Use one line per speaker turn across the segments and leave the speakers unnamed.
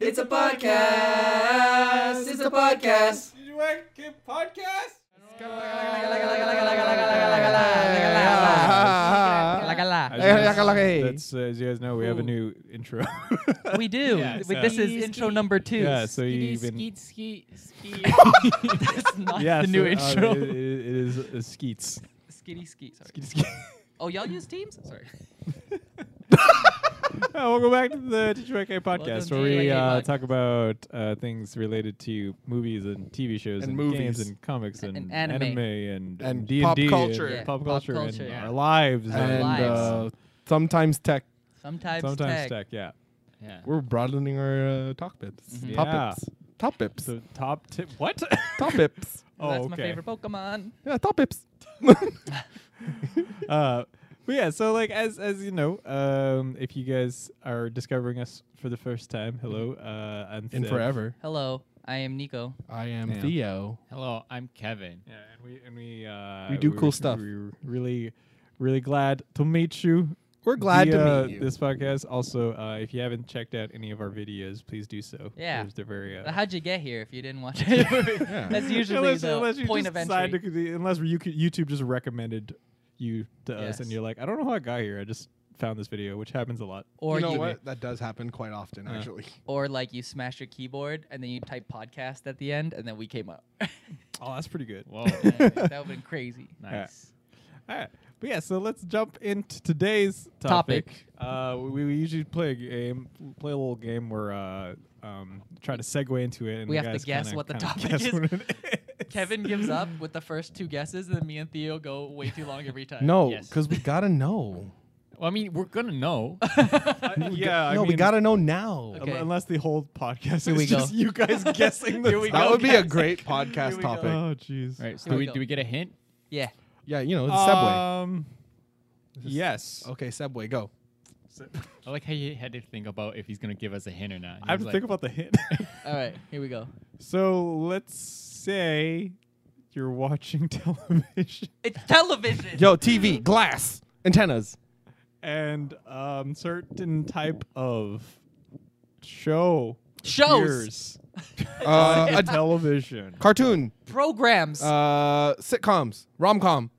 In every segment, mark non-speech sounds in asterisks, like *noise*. It's a podcast. It's a podcast.
Did you like a podcast?
That's *laughs* uh, as you guys know, we have a new intro.
*laughs* We do.
Yeah,
Wait,
so-
This is intro number two.
yeah, so you've been
skeet,
*laughs*
skeet. That's not
yeah,
the new
so, uh,
intro.
it- it- it is uh, skeets.
Skitty skeet. Sorry.
Skeet, skeet.
*laughs* Oh, y'all use Teams? Sorry.
Uh, *laughs* welcome back to the Detroit K podcast,
Welcome
where
to
we
TGYK
uh,
podcast.
talk about uh, things related to movies and TV shows
And
and,
movies.
games and comics and,
and anime.
and,
And
D&D
pop culture.
and
Yeah,
pop
pop
culture,
culture.
and
Yeah.
our lives
Our
And
lives.
uh, sometimes tech.
Sometimes.
sometimes
tech.
Yeah.
Yeah.
We're broadening our uh, talk bits.
Mhm.
Topics. Topics.
So top tip. What? *laughs*
Topics.
oh,
That's
okay.
my favorite Pokemon.
Yeah, topics.
uh, but yeah, so like as as you know, um, if you guys are discovering us for the first time, hello, uh, I'm
In
Seb.
forever.
Hello, I am Nico.
I am
Yeah.
Theo.
Hello, I'm Kevin.
Yeah, and we and we uh,
We do
were-
cool stuff.
We were really, really glad to meet you.
We're glad
via
to meet you.
This podcast. Also, uh, if you haven't checked out any of our videos, please do so.
Yeah.
They're- they're very. Uh,
How'd you get here if you didn't
*laughs*
watch it? *laughs* That's usually
unless,
the
unless you
point
just
of
decide
entry.
To, unless you, could- YouTube just recommended you to us, and
Yes.
you're like, I don't know how I got here. I just found this video, which happens a lot.
Or
you know
you,
what? That does happen quite often,
Yeah.
actually.
or like you smash your keyboard and then you type podcast at the end and then we
*laughs*
came up. *laughs*
Oh, that's pretty good.
Whoa.
Yeah, that would have been crazy.
nice.
All right. But yeah, so let's jump into today's topic. Uh, we, we usually play a game, play a little game where uh, um, try to segue into it. And
We
the
have to
guys
guess
kinda-
what the
kinda
topic
guess
is.
what it is.
*laughs* Kevin
*laughs*
gives up with the first two guesses, and then me and Theo go way too long every
Uh,
time.
No,
Yes.
because
*laughs*
we gotta know.
Well, I mean, we're gonna know.
Uh, *laughs* yeah, I
no, we
mean,
gotta know now.
un-
Okay.
Unless the whole podcast
Here
is
we go.
just you
*laughs*
guys guessing the
Here we
That
go,
would be a
guys.
great
*laughs* Here
podcast
we go.
topic.
Oh, jeez.
Right. So
Here we
do we,
go.
do we get a hint?
Yeah.
Yeah, you know, it's Subway.
Um, yes.
oh,
Okay, Subway, go.
*laughs*
I like how you had to think about if he's gonna give us a hint or not.
I have to
He was
think
like,
about the
*laughs*
hint. *laughs*
All right. Here we go.
so let's say you're watching *laughs* television.
It's television.
Yo, TV, glass, antennas.
and um, certain type of show
Shows.
appears
Uh, *laughs*
*laughs*
on
a
television.
cartoon,
Programs.
uh, sitcoms, rom com,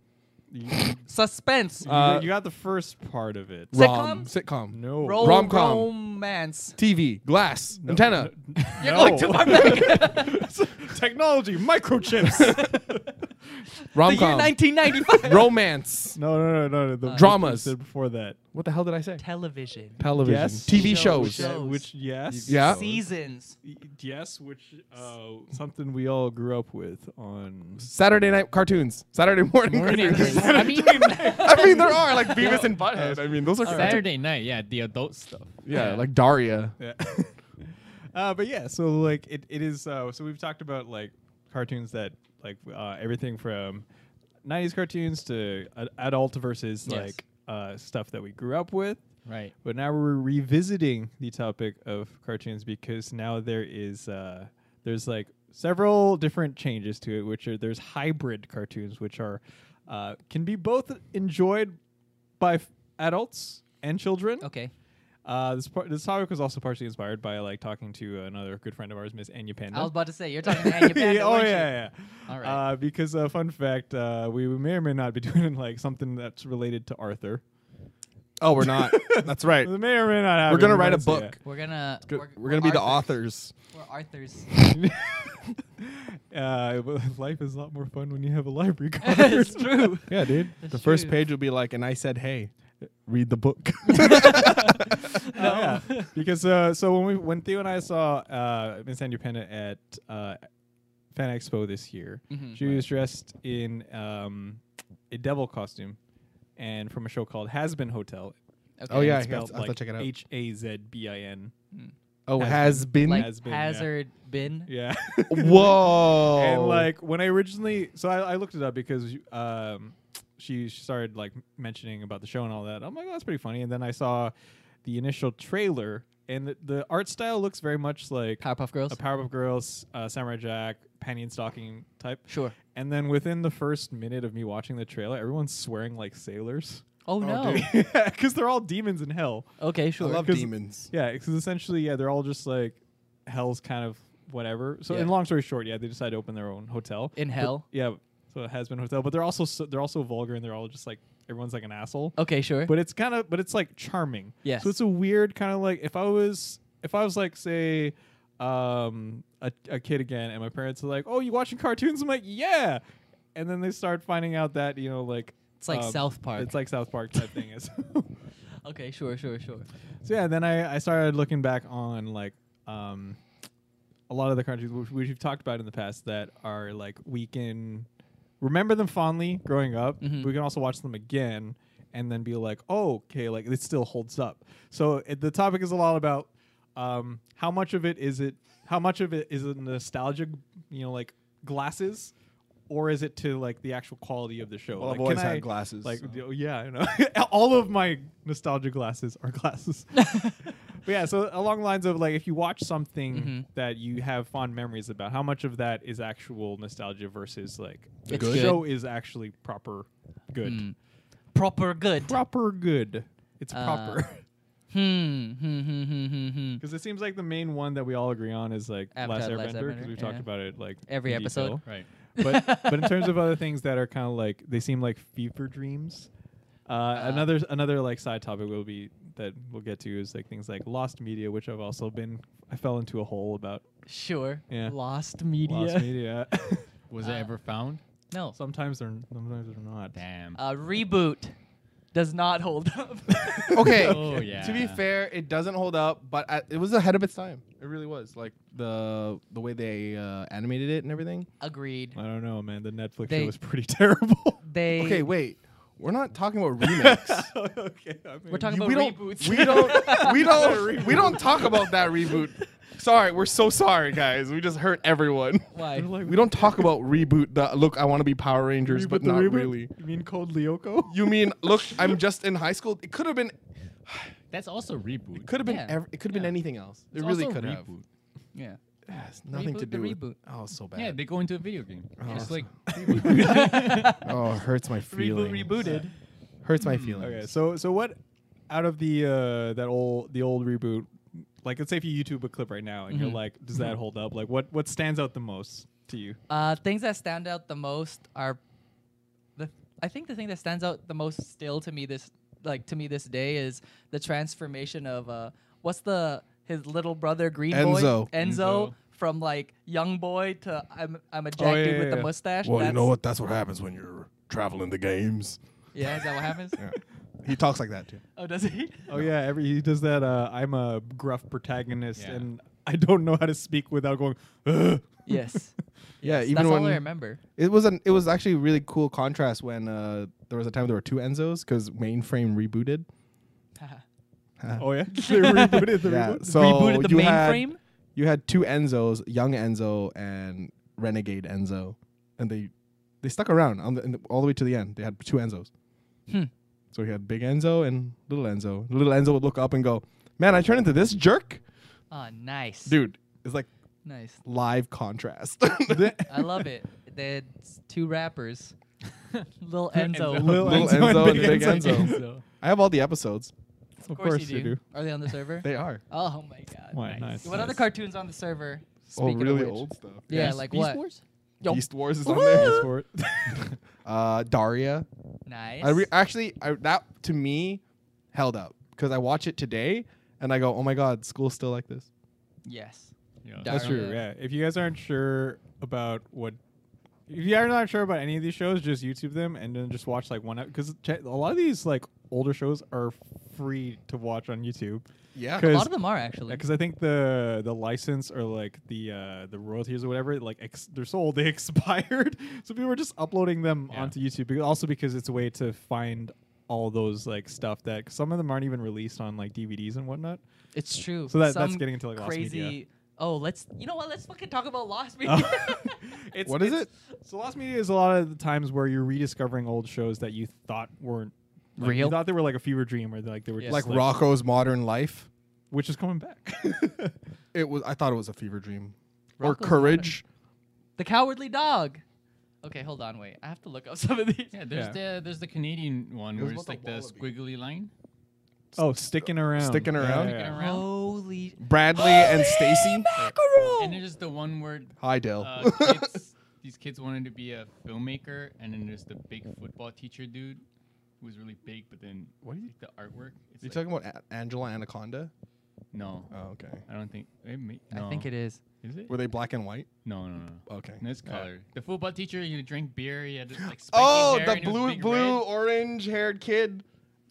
you,
suspense.
you
Uh,
got- you got the first part of it.
rom,
Sitcoms?
sitcom,
No.
Ro-
rom-com.
Romance.
TV, glass,
No,
antenna.
no,
You're
no.
going too
*laughs*
far back.
Technology, microchips.
*laughs* the
Rom
year
com.
1995.
Romance.
no, no, no, no, no. The
Uh,
Dramas.
you said before that.
What the hell did I say?
television.
Television.
Yes.
TV shows.
Shows. Show.
Yeah, Which yes,
Yeah.
Seasons.
Y- yes, which uh, something we all grew up with
*laughs*
on.
Saturday night cartoons. Saturday morning,
Morning
cartoons.
cartoons.
*laughs*
I mean,
*laughs* I mean, there are like Beavis and Butthead. I mean, those are.
Saturday night. Yeah, the adult stuff.
Yeah, like Daria.
Yeah. *laughs* uh, but yeah, so like it, it is. Uh, so we've talked about like cartoons that like uh, everything from 90s cartoons to ad- adult versus
Yes.
like uh, stuff that we grew up with.
Right.
But now we're revisiting the topic of cartoons because now there is uh, there's like several different changes to it, which are there's hybrid cartoons, which are uh, can be both enjoyed by f- adults and children.
Okay.
Uh, this part, this topic was also partially inspired by like talking to another good friend of ours, Miss Anya Panda. *laughs*
I was about to say you're talking to Anya Panda.
Yeah, oh yeah,
weren't you?
yeah.
All right.
Uh, because uh, fun fact, uh, we may or may not be *laughs* doing like something that's related to Arthur.
Oh, we're not. That's *laughs* right.
We may or may not. Have
We're gonna
it,
write a
but it's-
book.
We're gonna.
We're, gonna be the authors.
We're Arthur's.
yeah. *laughs* Uh, *laughs* well, life is a lot more fun when you have a library card.
*laughs* *laughs* it's true.
Yeah, dude.
That's
the first
true.
page will be like, and I said, hey, read the book.
Oh, yeah. because uh, so when we when Theo and I saw uh, Miss Andrew Pena at uh, Fan Expo this year,
Mhm.
she was dressed in um, a devil costume, and from a show called Has Been Hotel.
Okay.
Oh, yeah.
It's
I have
spelled
to- I have to
like
check it out.
H A Z B I N.
*laughs* oh,
Has
has been.
Like
Has been, yeah.
hazard bin.
Yeah. *laughs*
Whoa.
and like when I originally, so I, I looked it up because um, she she started like mentioning about the show and all that. I'm like, oh, that's pretty funny. And then I saw the initial trailer, and the, the art style looks very much like
Powerpuff Girls.
a Powerpuff Girls, uh, Samurai Jack, Penny and Stocking type.
Sure.
And then within the first minute of me watching the trailer, everyone's swearing like sailors.
Oh, no.
*laughs* Because they're all demons in hell.
*laughs* Okay,
I
sure.
love
'Cause-
demons.
Yeah, because essentially, yeah, they're all just like hell's kind of whatever. So,
Yeah.
in long story short, yeah, they decided to open their own hotel
In
But-
hell?
yeah, so it has been a hotel, but they're also so, they're also vulgar and they're all just like everyone's like an asshole.
Okay, sure.
But it's kind of but it's like charming.
Yes.
So it's a weird kind of like if I was if I was like say um a, a kid again and my parents are like, "Oh, you watching cartoons?" I'm like, "Yeah." And then they start finding out that, you know, like um,
It's like South Park.
It's like South Park type thing is. *laughs*
okay, sure, sure, sure.
So yeah, then I, I started looking back on like um, a lot of the countries which which we've talked about in the past that are like we can remember them fondly growing up.
Mhm.
But we can also watch them again and then be like, oh, okay, like it still holds up. So it, the topic is a lot about um, how much of it is it, how much of it is it nostalgic, you know, like glasses. Or is it to like the actual quality of the show?
Well,
like,
I've always
can
had
I-
glasses,
Like,
so.
Oh, yeah, I know. *laughs* All of my nostalgia glasses are glasses.
*laughs*
but yeah, so along the lines of like, if you watch something
Mm-hmm.
that you have fond memories about, how much of that is actual nostalgia versus like the
It's good.
show is actually proper good,
Mm. Proper good.
proper good. It's
Uh,
proper *laughs*
hmm, hmm, hmm, hmm, hmm, hmm.
because it seems like the main one that we all agree on is like Last
Avatar, Last
Airbender because
Airbender,
we've talked
yeah.
about it like
Every
in
episode. *laughs*
detail.
Right.
but but in terms of other things that are kind of like they seem like fever dreams. Uh, another another like side topic will be that we'll get to is like things like lost media, which I've also been I fell into a hole about
Sure.
Yeah.
Lost media.
lost media. *laughs*
Was
Uh,
it ever found?
No.
sometimes they're sometimes they're not. *laughs*
Damn.
Uh, reboot does not hold up.
Okay.
Oh,
To be
yeah.
fair, it doesn't hold up, but I, it was ahead of its time. It really was. Like the the way they uh, animated it and everything.
Agreed.
I don't know, man. The Netflix
They-
show was pretty *laughs* terrible.
They.
Okay, wait. We're not talking about remakes.
okay, I mean,
We're talking
You-
about
we don't.
reboots.
We don't. We don't. we don't talk about that reboot. Sorry, we're so sorry, guys. We just hurt everyone.
Why?
They're like,
We don't talk about reboot. The look, I want to be Power Rangers,
reboot
but
the
not
reboot?
really.
You mean Cold Lyoko?
You mean look? I'm just in high school. It could have been.
That's also reboot.
Could have been.
Yeah.
ev- it could have been
Yeah.
anything else. It
It's
really
also
could have.
reboot.
*laughs* Yeah.
Yeah, it's nothing to
Reboot the
do with.
reboot.
Oh, so bad.
Yeah, they go into a video game. It's
so-
like
oh, it hurts my
*laughs* Reboot Hmm.
feelings.
rebooted.
Hurts my feelings.
*laughs* Okay, so so what out of the uh that old the old reboot, like let's say if you YouTube a clip right now and you're like, does that hold up? Like what what stands out the most to you?
Uh, things that stand out the most are, the I think the thing that stands out the most still to me this like to me this day is the transformation of uh, what's the his little brother Green
Enzo.
Boy Enzo,
Enzo.
from like young boy to I'm I'm a jack
yeah,
dude
yeah,
with the
yeah.
mustache.
Well, you
That's-
know what? That's what happens when you're traveling the games.
*laughs* Yeah, is that what happens?
He talks like that too.
Oh, does he?
Oh yeah, every he does that. Uh, I'm a gruff protagonist
Yeah.
and I don't know how to speak without going. Ugh.
*laughs* yes.
Yeah,
Yes,
even
that's
when
all I remember. *laughs*
it was an it was actually a really cool contrast when uh, there was a time there were two Enzos because mainframe rebooted.
Oh yeah, *laughs* they rebooted the
*laughs* Yeah,
reboot.
so
Rebooted the
you had-
mainframe?
you had two Enzos, young Enzo and renegade Enzo, and they they stuck around on the, in the, all the way to the end. They had two Enzos.
Hmm.
So he had big Enzo and little Enzo. Little Enzo would look up and go, "Man, I turned into this jerk,
Oh, nice.
dude." It's like
Nice.
live contrast. *laughs*
I love it. There's two rappers. *laughs* Lil Enzo.
Lil
Little
Enzo and
Enzo and
Big
Big
Enzo.
Enzo. I have all the episodes.
Of course you do.
Are they on the server?
They are.
oh my god.
Why, nice,
What other
nice.
cartoons on the server?
oh,
Speaking of
really
which.
old stuff.
Yeah,
Beast-
like
Beast
what?
Wars?
Yo.
Beast Wars
*laughs*
is on there.
*laughs* For it.
Uh, Daria.
Nice.
I re- actually I, that to me held up because I watch it today and I go, "Oh my god, school's still like this."
yes.
Yeah.
That's true. Yeah. If you guys aren't sure about what, if you are not sure about any of these shows, just YouTube them and then just watch like one because a lot of these like older shows are free to watch on YouTube.
Yeah.
A
'Cause-
lot of them are actually.
Because I think the the license or like the uh, the royalties or whatever, like ex- they're sold, *laughs* they expired. So people were just uploading them
Yeah.
onto YouTube. Because, also because it's a way to find all those like stuff that 'cause some of them aren't even released on like DVDs and whatnot.
It's true.
So that- that's
Some
getting into, like, lost
crazy.
media. Oh.
Oh, let's. You know what? Let's fucking talk about Lost Media.
*laughs*
*laughs*
It's,
What is
it's- So lost media is a lot of the times where you're rediscovering old shows that you thought weren't like,
Real?
You thought they were like a fever dream or like they were
Yeah.
just
like Rocco's Modern Life.
which is coming
*laughs*
back.
It was. I thought it was a fever dream.
Rocco's
or Courage.
the Cowardly Dog. Okay, hold on. Wait. I have to look up *laughs* some of these.
Yeah, there's the there's the Canadian one
It was
where it's
about
like
the
the
wallaby.
squiggly line.
oh, sticking around,
Sticking
Yeah,
Around?
yeah, yeah.
Sticking Around?
Holy holy
Bradley
Oh,
and
*gasps*
Stacy.
Oh.
And there's just the one word.
Hi, Dale. *laughs*
Uh, kids, these kids wanted to be a filmmaker, and then there's the big football teacher dude who was really big, but then what you, the artwork? It's
you
like-
talking about A- Angela Anaconda?
No,
Oh, okay.
I don't think. It may,
I think it is.
is it.
Were they black and white?
No, no, no.
Okay.
No, it's
Yeah.
colored. The football teacher, you drink beer. You had this, like spiky
Oh,
hair
the
and it was
blue,
big
blue,
red.
orange haired kid.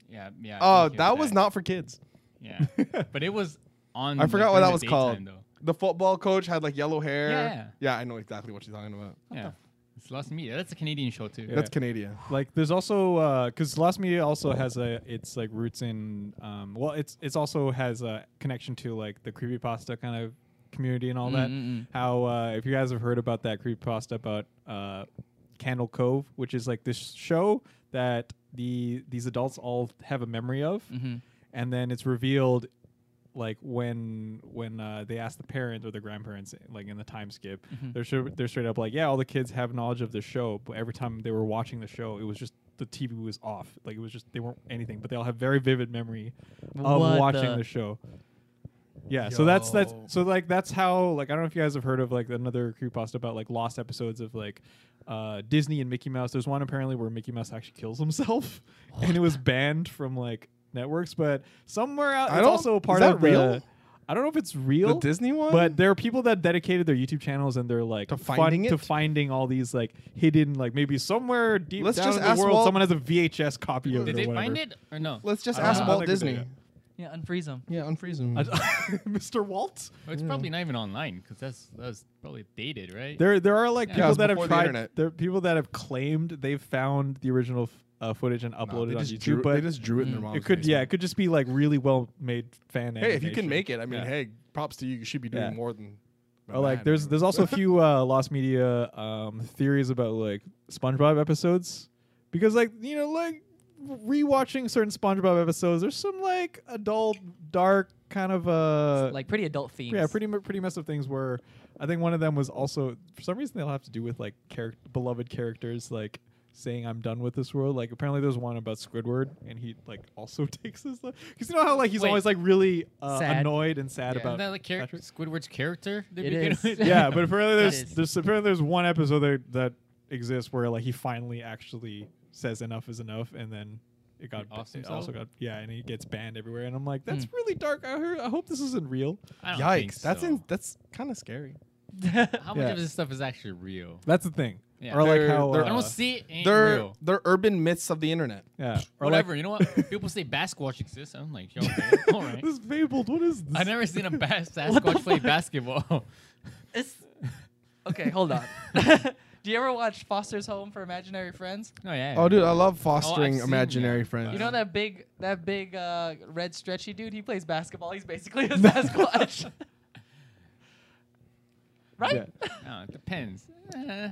Yeah, yeah. I
Oh,
think it
that was not for kids.
Yeah,
*laughs*
but it Mm, was on.
I
like,
forgot what that
during
was
the
called.
daytime, Though.
The football coach had like yellow hair.
Yeah.
Yeah, I know exactly what you're talking about.
Yeah, it's Lost Media. That's a Canadian show too.
That's Canadian.
like there's also because Lost Media also has a it's like roots in um, well it's it's also has a connection to like the creepypasta kind of community and all that. How uh, if you guys have heard about that creepypasta about uh, Candle Cove, which is like this show that the these adults all have a memory of, and then it's revealed like when when uh, they ask the parents or the grandparents like in the time skip
Mm-hmm.
they're sure, they're straight up like yeah all the kids have knowledge of the show but every time they were watching the show it was just the TV was off like it was just they weren't anything but they all have very vivid memory of
What
watching
the-
the show yeah so that's that's so like that's how like I don't know if you guys have heard of like another creepypasta about like lost episodes of like uh, Disney and Mickey Mouse there's one apparently where Mickey Mouse actually kills himself *laughs* and it was banned from like networks but somewhere out
I
it's
don't-
also a
is
part
that
of the-
real?
I don't know if it's real.
The Disney one?
But there are people that dedicated their YouTube channels and they're like
To
fun-
finding
to
it?
finding all these like hidden like maybe somewhere deep
Let's
down
just
in the
ask
world
Walt-
someone has a VHS copy of
Did
it.
they
or
find
*laughs* whatever.
it or no?
Let's just
I don't
ask
know. I
Walt
think we did
Disney.
Yeah, unfreeze them.
Yeah, unfreeze him.
Mr. Walt.
Oh, it's probably not even online because that's that's probably dated, right?
There there are like
Yeah.
Yeah, it
people
was
that have
before the
tried
internet.
there are people that have claimed they've found the original f- uh, footage and
Nah,
uploaded
they,
it on
just
YouTube,
drew,
but
they just drew it in their mom's
it could yeah,
basement.
it could just be like really well made fan
Hey, if you can
animation.
make it, I mean,
Yeah.
hey, props to you. You should be doing
Yeah.
more than.
Or like
that.
there's there's also a few uh, lost media um, theories about like SpongeBob episodes because like you know like rewatching certain SpongeBob episodes there's some like adult dark kind of uh
Like pretty adult themes.
yeah pretty mu- pretty messed up things where I think one of them was also for some reason they'll have to do with like character beloved characters like saying I'm done with this world like apparently there's one about Squidward and he like also *laughs* takes his because you know how like he's
Wait.
always like really uh,
Sad.
annoyed and sad
Yeah.
about
Isn't that like char-
Patrick?
Squidward's character? they
It
begin
is.
with?
*laughs* yeah, but apparently
That
there's
is-
there's apparently there's one episode that that exists where like he finally actually says enough is enough, and then it got
offs
it
himself?
also got yeah, and he gets banned everywhere. And I'm like, that's really dark. I heard, I hope this isn't real.
*laughs* I don't think
Yikes!
so.
That's in, that's kind of scary.
*laughs*
*laughs*
How much
Yeah.
of this stuff is actually real?
That's the thing.
Yeah.
Or like
They're-
how
they're-
I
uh,
don't see it. Ain't
They're
real.
they're urban myths of the internet.
yeah, or *laughs*
Whatever. you know what? People say Basquatch exists. I'm like, yo, okay, all
Like,
right.
this is fabled. What is this?
I never seen a bas- Sasquatch play basketball. *laughs* Oh,
It's okay. Hold on. *laughs* Do you ever watch Foster's Home for Imaginary Friends?
oh yeah.
Oh, dude, I love
fostering
fostering
seen imaginary
imaginary
that. friends.
friends.
You know that big, that big uh, red stretchy dude. He plays basketball. He's
*laughs*
basically a Sasquatch. right?
*laughs*
*laughs*
Yeah.
No, it depends. Uh,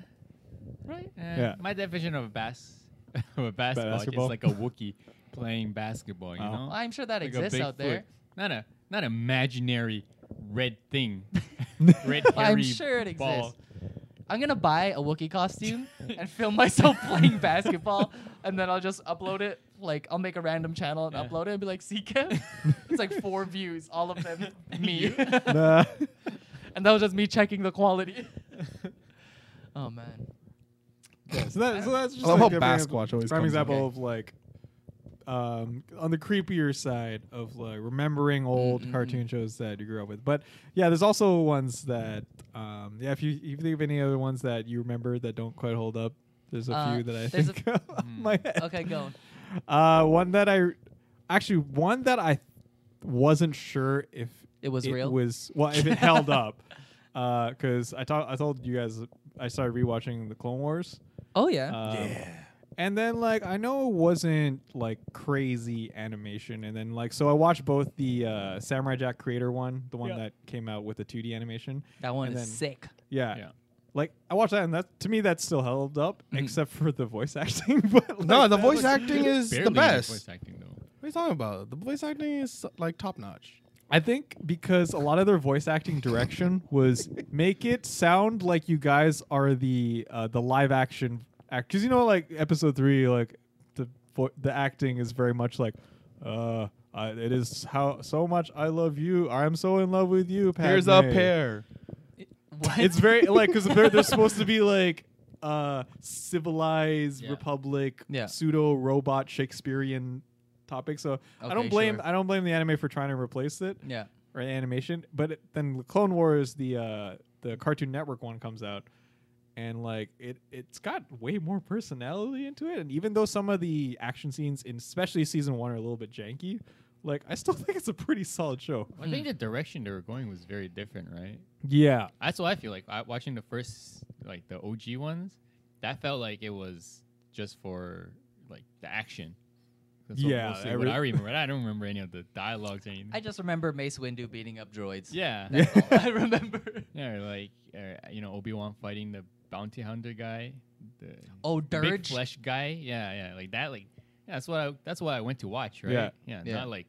right? Uh,
Yeah.
My definition of a bass *laughs* of a basketball is
basketball?
like a Wookiee playing basketball. You
Oh.
know,
I'm sure that
Like a
exists
big
out there.
foot. Not a not imaginary red thing. red hairy
I'm sure it
ball.
exists. I'm gonna buy a Wookiee
*laughs*
costume and film myself playing basketball, and then I'll just upload it. Like I'll make a random channel and
Yeah.
upload it and be like, "See, Kim,
*laughs*
it's like four views, all of them me."
You?
Nah. *laughs*
and that was just me checking the quality. *laughs* oh man.
Yeah, so, that, so that's just
I love
like
how
a
Basquatch always
prime
comes up.
example of like um, on the creepier side of like remembering old cartoon shows that you grew up with. But yeah, there's also ones that um, yeah, if you if you think of any other ones that you remember that don't quite hold up, there's a
Uh,
few that I
there's a-
think *laughs* of off my head.
Okay, go. on.
Uh, one that I actually one that I wasn't sure if
It was real?
Was well, if it
*laughs*
held up, because I told I told you guys I started rewatching the Clone Wars.
Oh yeah.
Um, And then like I know it wasn't like crazy animation, and then like so I watched both the uh, Samurai Jack creator one, the one that came out with the 2D animation.
that one
and
is
then-
sick.
Yeah.
Yeah.
Like I watched that, and that to me that still held up, except for the voice *laughs* acting. but like,
No, the
that
voice
was-
acting is
Barely
the
any
best.
voice acting though.
What are you talking about? The voice acting is like top notch.
I think because a lot of their voice acting direction was make it sound like you guys are the uh, the live action actors. You know, like episode three, like the vo- the acting is very much like, uh, Uh, it is how so much I love you. I'm so in love with you. Padme.
Here's a pear.
What?
It's very like because they're, they're supposed to be like uh civilized
Yeah.
republic
Yeah.
pseudo robot Shakespearean topic. So I
Okay,
don't blame
sure.
I don't blame the anime for trying to replace it
yeah.
or animation. But it, then Clone Wars, the uh, the Cartoon Network one comes out, and like it it's got way more personality into it. And even though some of the action scenes, in especially season one, are a little bit janky, like I still *laughs* think it's a pretty solid show.
I
Hmm.
think the direction they were going was very different, right?
Yeah,
That's what I feel like. I, watching the first, like the OG ones, that felt like it was just for like the action. That's what-
Yeah,
mostly
I
what
re-
I remember. I don't remember any of the
*laughs*
dialogues or anything.
I just remember Mace Windu beating up droids.
yeah,
That's all I remember.
yeah, or like uh, you know Obi Wan fighting the bounty hunter guy, the
Oh,
the big
Dirge.
flesh guy. Yeah, yeah, like that. Like yeah, that's what I, that's what I went to watch, right?
Yeah.
yeah,
Yeah.
not like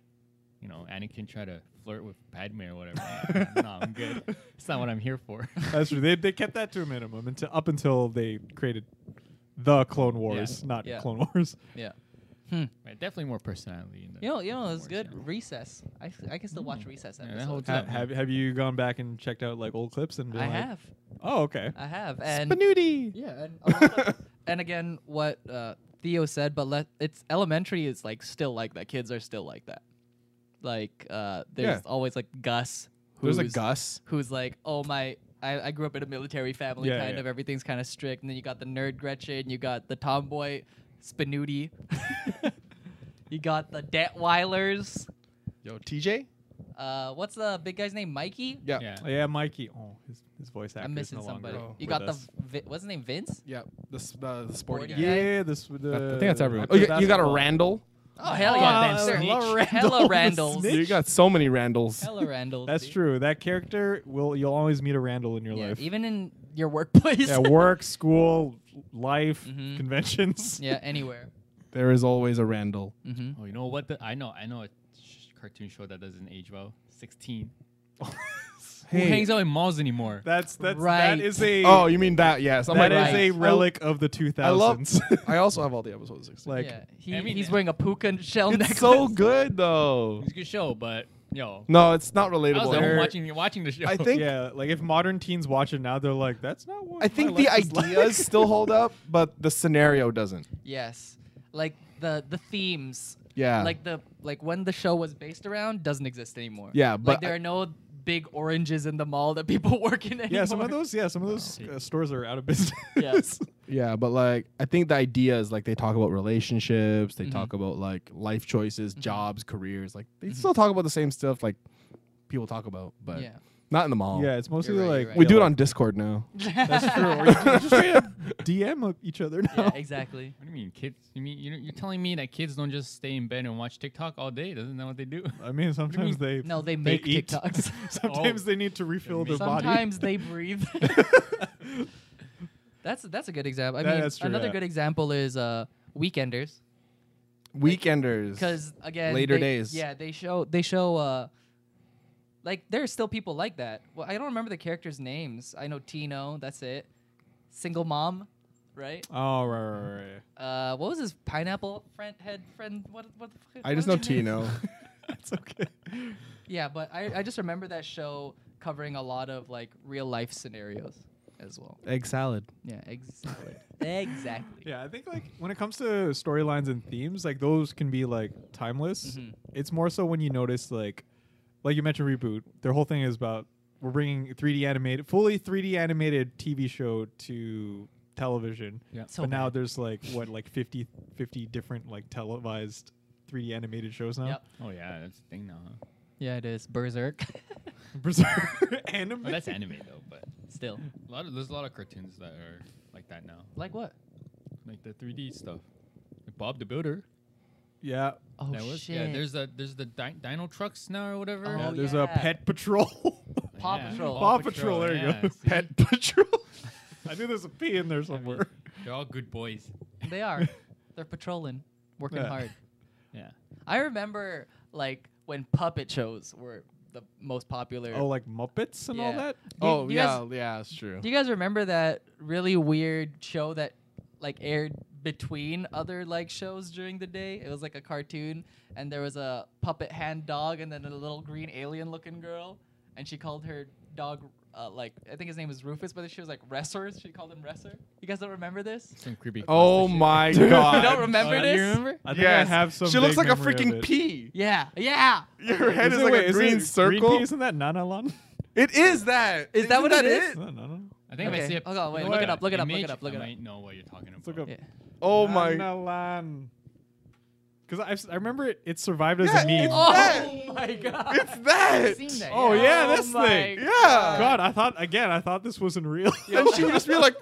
you know Anakin try to flirt with Padme or
*laughs*
whatever. no, I'm good. It's not what I'm here for. *laughs*
that's true. They they kept that to a minimum until up until they created the Clone Wars, not
Yeah.
Clone Wars.
Yeah.
Right, definitely more personality. In the
You know, you know, it's
Clone
good.
Wars, yeah.
Recess. I, s- I can still watch Recess
Yeah, that
episodes.
holds
Ha-
up.
have have you gone back and checked out like old clips and been
I
like,
have.
oh okay,
I have. And
Spanuti.
yeah, and, a lot of- and again, what uh, Theo said, but let it's elementary is like still like that. Kids are still like that. Like uh, there's
Yeah.
always like Gus.
There's a
who's-
Gus.
who's like, oh my, I, I grew up in a military family,
Yeah,
kind
yeah.
of everything's kind of strict. And then you got the nerd Gretchen, you got the tomboy Spinuti, *laughs* you got the Detweilers.
Yo, TJ.
Uh, what's the big guy's name? Mikey.
Yeah.
Yeah.
Yeah, Mikey. Oh, his, his voice actor.
I'm missing
no
somebody.
Longer
You
with
got the
us.
Vi- what's his name? Vince.
Yeah. The s- the, the sporty
Sporty
guy.
guy.
yeah. This would.
I
Uh,
think that's everyone. Oh,
after
you, you got a
basketball.
Randall.
Oh hell
Oh,
yeah,
I
Vince.
love
Snitch.
Randall
Hella
the *laughs*
Randalls.
snitch.
You got so many Randalls.
Hella Randalls.
That's
dude.
true. That character will. You'll always meet a Randall in your
Yeah,
life.
even in your
*laughs*
workplace. *laughs*
yeah, work, school, life,
Mhm.
conventions. *laughs*
Yeah, anywhere.
There is always a Randall.
Mm-hmm.
Oh, you know what? The, I know. I know a sh- cartoon show that doesn't age well. Sixteen. Who hangs out in malls anymore?
That's that's
Right.
that is a
Oh, you mean that? Yes. I'm
that
like,
is
Right.
a relic of the 2000s.
I love. *laughs* I also have all the episodes. of 16.
like
yeah, he,
I mean,
he's
uh,
wearing a puka shell
it's
necklace.
so good though.
it's a good show, but yo,
No, it's not
I was
relatable.
at home
There-
watching you watching the show.
I think.
yeah, like if modern teens watch it now, they're like, that's not what
I think
my
the
life is like.
*laughs*
ideas still hold up, but the scenario doesn't.
Yes, like the the themes.
Yeah.
Like the like when the show was based around doesn't exist anymore.
Yeah,
like
but
there
I-
are no big oranges in the mall that people *laughs* work in anymore.
*laughs* Yeah, some of those. Yeah, some of those uh, stores are out of business.
Oh, Yeah.
Yeah, but like I think the idea is like they talk about relationships, they talk
Mm-hmm.
about like life choices, jobs, careers. Like they still talk about the same stuff like people talk about, but
Yeah.
not in the mall.
*laughs* yeah, it's mostly
right, you're
like
right.
we
yeah,
do it
like-
on Discord now.
That's *laughs* true. Or you can just straight up DM of each other now.
*laughs*
Yeah, exactly.
*laughs* What do you mean, kids? You mean you're, you're telling me that kids don't just stay in bed and watch TikTok all day? Doesn't that what they do?
I mean, sometimes they
No, they make
eat.
TikToks.
*laughs*
*laughs*
Sometimes
Oh.
they need to refill their body. *laughs*
Sometimes
*laughs*
they breathe. *laughs* that's that's a good example. I
That-
mean,
that's true,
another
yeah.
good example is uh, Weekenders.
Weekenders.
because again
later
they-
days.
yeah they show they show uh like there's still people like that well i don't remember the characters names i know tino that's it single mom right
Oh right, right, right.
uh what was his pineapple friend head friend what what the fuck
I just
*laughs*
know
what was his name?
Tino.
That's okay.
*laughs*
*laughs*
yeah but i i just remember that show covering a lot of like real life scenarios as well
Egg salad.
yeah
*laughs*
exactly exactly
Yeah, I think like when it comes to storylines and themes, like those can be like timeless.
Mhm.
It's more so when you notice like, like you mentioned reboot. Their whole thing is about we're bringing 3D animated, fully 3D animated TV show to television.
Yeah.
So
but now
bad.
there's like what like 50, 50 different like televised 3D animated shows now. *laughs*
Yep.
Oh yeah, that's the thing now. Huh?
yeah it is berserk *laughs*
Berserk *laughs* anime.
Oh,
Well, Oh, *laughs* that's anime though, but
still
a lot of there's a lot of cartoons that are like that now,
like what
like the 3D stuff. Like Bob the Builder.
yeah.
oh
that was
shit
yeah. There's a there's the di- Dino Trucks now or whatever.
Oh,
yeah. There's a
yeah.
Pet Patrol. *laughs*
Paw Patrol.
Paw Patrol, there you go.
see?
*laughs*
Pet Patrol. I knew there's a P in there somewhere.
They're all good boys.
*laughs*
They are. They're patrolling, working
Yeah.
hard.
Yeah.
I remember like when puppet shows were the most popular.
Oh, like Muppets and all
Yeah.
that.
Do you-
oh
do you
yeah,
guys-
yeah, it's true.
do you guys remember that really weird show that like aired between other like shows during the day. It was like a cartoon, and there was a puppet hand dog, and then a little green alien looking girl, and she called her dog. Uh, like I think his name was Rufus, but she was like Resser. She called him Resser. You guys don't remember this?
Some creepy.
Oh
*laughs*
my god!
You don't remember this?
Uh, you remember?
I think
Yes.
I have some.
She looks
vague
like a
memory of
freaking
it.
pea.
Yeah, yeah.
Your head is,
it-
like
wait,
a
is it
green circle.
pea? Isn't that Nanalon?
It is that.
Is that
Isn't
what it is?
Is that Nanalon?
I think if
Okay,
I see it.
hold on, wait, look it up, look it up, look it up, look it up.
I might know what you're talking about.
look up.
Yeah.
Oh my.
Nanalon. Because I remember it, it survived as a
Yeah,
meme.
it's
Oh
that.
my god.
It's that.
I've seen that,
Oh, yeah,
Oh
this
my
thing.
God.
Yeah.
God, I thought again. I thought this wasn't real.
And she would just be
*laughs*
like,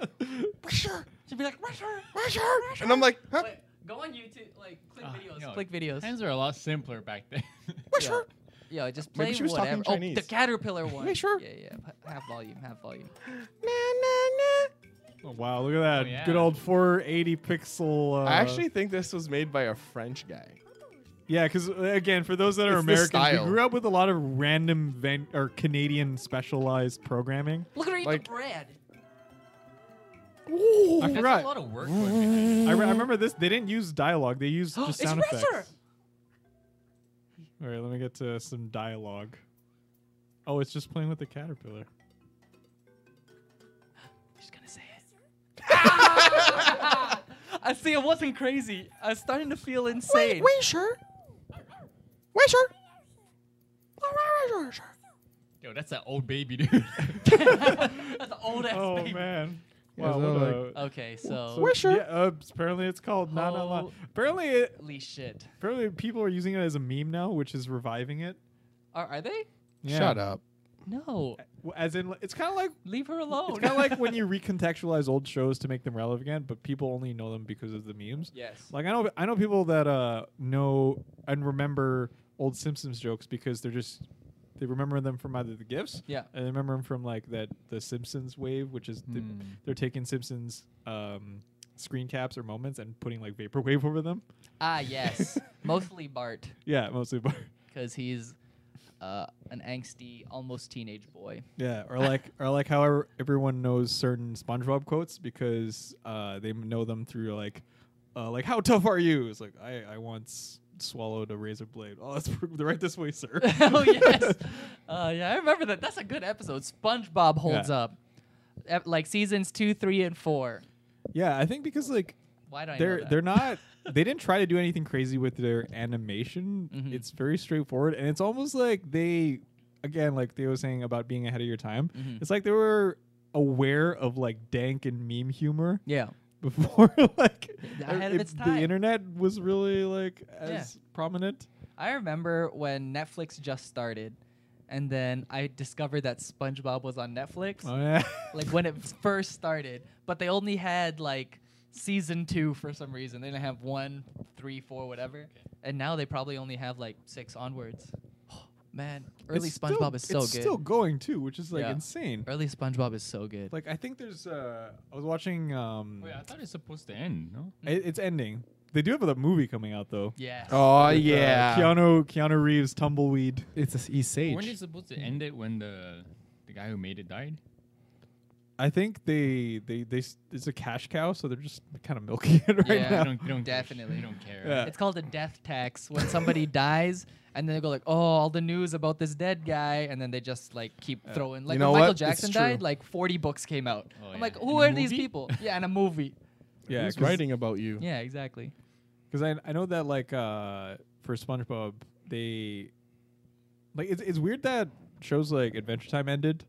She'd be like, Resser.
and I'm like, huh?
Wait, go on YouTube, like click
Ah,
videos,
yo,
click videos.
Times are a lot simpler back
*laughs*
then.
Yeah. Yeah, just play
Maybe she was talking
whatever. Oh, the
Chinese.
caterpillar one.
Yeah, sure.
Yeah, yeah. p- Half volume, half volume.
Oh, wow, look at that.
Oh, yeah.
Good old 480 pixel. Uh,
I actually think this was made by a French guy.
Yeah, because again, for those that are
It's the
Americans, we
style.
grew up with a lot of random van- or Canadian specialized programming.
Look at her eat
Like-
the bread.
I
I
That's a
forgot.
lot of work. put *laughs* behind it.
I, re- I remember this. They didn't use dialogue. They
*gasps*
used just
it's
sound effects.
Resser.
All right, let me get to some dialogue. Oh, it's just playing with the
*laughs*
caterpillar.
She's gonna say it. Ah! *laughs* I see. It wasn't crazy. I was starting to feel insane. *laughs*
sure. Wait, sure.
Yo, that's that old baby, dude. *laughs*
That's an old ass
Oh
baby.
man.
Yeah,
Wow,
so,
what
like-
a-
Okay, so
so,
Wisher.
yeah, uh, apparently it's called Not Online.
Holy-
Apparently, it,
holy shit.
apparently people are using it as a meme now, which is reviving it.
Are, are they?
Yeah.
Shut up.
No.
W- As in, like, it's kind of like
Leave her alone.
it's kind of like when you recontextualize old shows to make them relevant again, but people only know them because of the memes.
*laughs* yes.
Like I know I know people that uh know and remember old Simpsons jokes because they're just they remember them from either the gifs
Yeah.
and they remember them from like that the Simpsons wave, which is the, they're taking Simpsons um screen caps or moments and putting like vaporwave over them.
Ah, yes. Mostly Bart,
Yeah, mostly. *laughs* Bar-
because he's uh, an angsty, almost teenage boy. *laughs*
yeah, or like or like how ev- everyone knows certain SpongeBob quotes because uh they m- know them through like uh like how tough are you? It's like I I once swallowed a razor blade. Oh, that's *laughs* right this way, sir.
*laughs* oh yes, uh, yeah, I remember that. That's a good episode. SpongeBob holds
Yeah.
up, Ep- like seasons two, three, and four.
Yeah, I think because like
Why do I? know
they're
that?
they're
*laughs*
not they didn't try to do anything crazy with their animation.
Mhm.
It's very straightforward and it's almost like they again like Theo was saying about being ahead of your time.
Mhm.
It's like they were aware of like dank and meme humor
Yeah,
*laughs* before like
*laughs* Ahead of its
the
time.
internet was really like as prominent.
I remember when Netflix just started, and then I discovered that SpongeBob was on Netflix,
Oh yeah.
like when it first started. But they only had like season two for some reason. They didn't have one, three, four, whatever. And now they probably only have like
*gasps*
six onwards. Man, early
It's still-
SpongeBob is so
it's
good.
still going too, which is like
Yeah.
insane.
Early SpongeBob is so good.
Like I think there's uh I was watching
Oh,
um
Wait, I thought it's supposed to end. No.
it- it's ending. They do have a movie coming out though.
yes.
Oh
with, uh, Keanu Keanu Reeves tumbleweed.
It's a, he's sage.
Weren't they supposed to end it when the the guy who made it died?
I think they they they s- it's a cash cow, so they're just kind of milking *laughs* it right
Yeah.
They
now.
don't, they don't give a shit,
Definitely.
They don't care.
Yeah.
It's called a death tax
*laughs*
when somebody dies and then they go like, "Oh, all the news about this dead guy," and then they just like keep throwing. Like
know
when Michael
what? It's
Jackson
true.
died, like 40 books came out.
Oh,
I'm
yeah.
like,
And
"Who
a
are these
movie?
people?" yeah, and a movie.
Yeah,
Who's writing about you?
*laughs*
Yeah, exactly.
because I I know that like uh for SpongeBob they like it's it's weird that shows like Adventure Time ended,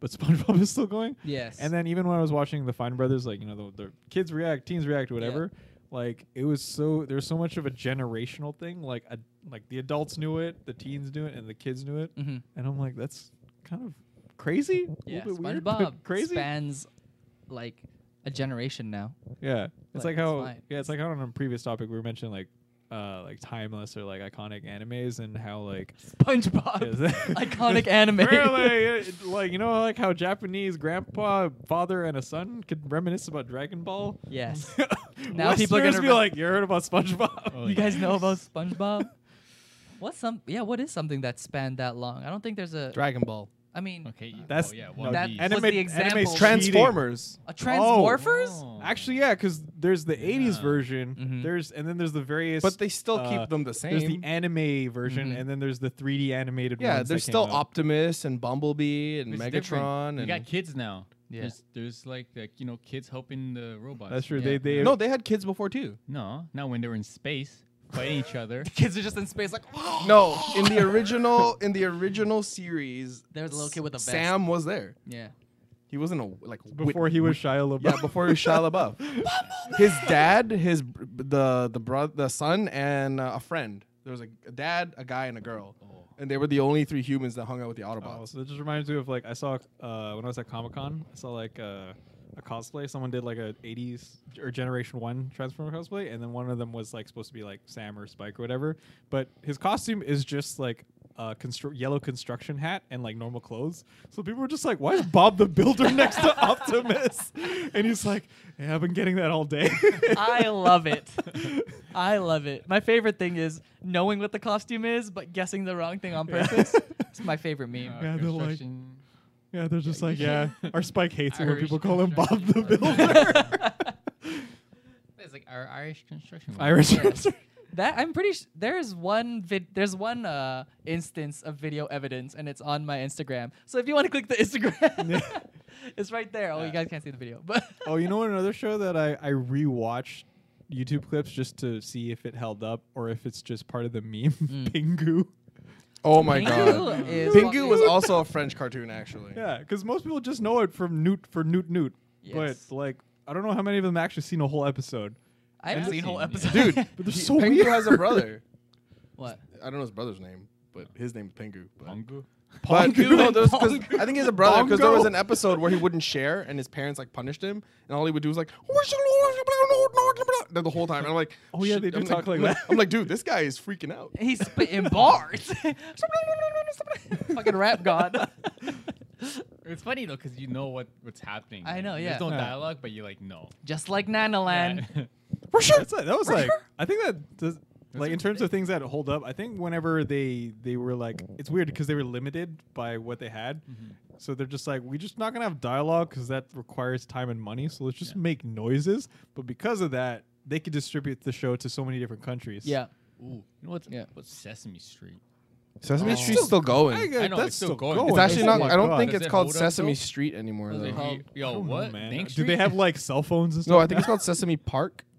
but *laughs* SpongeBob is still going.
Yes.
And then even when I was watching the Fine Brothers, like you know the, the kids react, teens react, whatever. Like it was so there's so much of a generational thing. Like a, like the adults knew it, the teens knew it, and the kids knew it.
Mhm.
And I'm like, that's kind of crazy. A
yeah,
little bit weird,
SpongeBob
but crazy.
spans like a generation now.
Yeah, it's
Like,
like,
it's
how
fine.
yeah, it's like how on a previous topic we were mentioning like uh like timeless or like iconic animes and how
*laughs*
like
*laughs* SpongeBob,
*laughs*
*laughs*
Yes.
iconic anime.
really it- like you know like how Japanese grandpa, father, and a son could reminisce about Dragon Ball.
*laughs* Yes.
now people are gonna be
remem-
like, you heard about SpongeBob?
Oh,
You
yeah.
guys know *laughs* about SpongeBob? What's some? Yeah, what is something that spanned that long? I don't think there's a
Dragon Ball.
I mean,
Okay. you-
That's-
oh, yeah.
no,
One
that
Piece.
was
Anime,
the
anime's
example.
Transformers.
a Transmorphers?
Oh.
Actually, yeah, because there's the '80s
Yeah.
version.
Mhm.
There's and then there's the various.
But they still
uh,
keep them the
There's the
same.
anime version,
Mhm.
and then there's the 3D animated.
yeah,
ones
there's
that came
still
out.
Optimus and Bumblebee and
It's different.
Megatron
You got
and
kids now.
Yeah.
There's, there's like, like you know kids helping the robots.
That's true.
Yeah.
They they
no, they had kids before too.
No, not when they were in space fighting
*laughs*
each other.
Kids are just in space, like, "Oh!"
No, *gasps* in the original in the original series,
There's a little kid with a vest.
Sam was there.
yeah.
He wasn't a like wit-
before he was Shia LaBeouf.
yeah before he
*laughs*
was Shia LaBeouf. his dad, his br- the the brother, the son, and uh, a friend. There was a, a dad, a guy, and a girl, and they were the only three humans that hung out with the
Oh,
Autobots.
so it just reminds me of like I saw uh, when I was at Comic Con, I saw like uh, a cosplay. Someone did like a '80s or Generation One Transformer cosplay, and then one of them was like supposed to be like Sam or Spike or whatever. But his costume is just like a constru- yellow construction hat and like normal clothes. So people were just like, "Why is Bob the Builder *laughs* next to Optimus?" And he's like, "Yeah, I've been getting that all day." *laughs*
I love it. *laughs* I love it. My favorite thing is knowing what the costume is, but guessing the wrong thing on purpose. It's my favorite meme.
Yeah,
Uh,
they're like-
construction-
yeah, they're just like, "Yeah, our Spike hates it when
Irish
people call him Bob the
construction
Builder."
*laughs*
It's like our Irish construction.
*laughs* *laughs* Irish.
That I'm pretty. Sh- there's one vid. There's one uh, instance of video evidence, and it's on my Instagram. So if you want to click the Instagram, *laughs* it's right there. Oh, you guys can't see the video, but
oh, you know what? Another show that I I rewatched YouTube clips just to see if it held up or if it's just part of the meme. *laughs*
Mm.
Pingu.
Oh my god,
Pingu is
Pingu was
fucking-
also a French cartoon actually.
Yeah, because most people just know it from Newt for Newt Newt,
Yes.
but like I don't know how many of them actually seen a whole episode.
I haven't
I've
seen whole
seen it.
episode.
dude,
But they're
he-
so
Pingu
weird.
has
*laughs*
a brother.
*laughs* what?
I don't know his brother's name, but his name's Pingu. But,
Bongo.
But
Pongu
no,
and
there was- 'cause
Pongu.
I think he's a brother because there was
Pongo.
an episode where he wouldn't share, and his parents like punished him, and all he would do was like the whole time. And I'm like,
Oh, yeah,
shit,
they do
I'm
talk like
I'm
that.
I'm like, dude, this guy is freaking out.
He's spitting bars. *laughs* Fucking rap god.
It's funny though, because you know what what's happening.
I know, yeah.
There's no
Yeah.
dialogue, but you like no.
*laughs* Just like Nanaland.
For sure. That's it. That was like I think that does, like
a
in terms of things that hold up. I think whenever they they were like it's weird because they were limited by what they had,
Mm-hmm.
so they're just like we're just not gonna have dialogue because that requires time and money. So let's just make noises. But because of that, they could distribute the show to so many different countries.
*laughs* Yeah.
*laughs* Ooh, you know what's,
Yeah.
what's Sesame Street?
Sesame
Street's still
going.
I,
I know,
that's
it's still
still
going.
going.
It's
it's actually
Oh
not.
my
I don't
God.
think
Does
it's
it
called
hold up,
Sesame
though?
Street anymore.
Like,
Though.
called-
yo,
I don't know,
what?
man.
Bank
Do they
Street?
have like cell phones and stuff?
No, I think
*laughs*
it's called Sesame Park.
*laughs*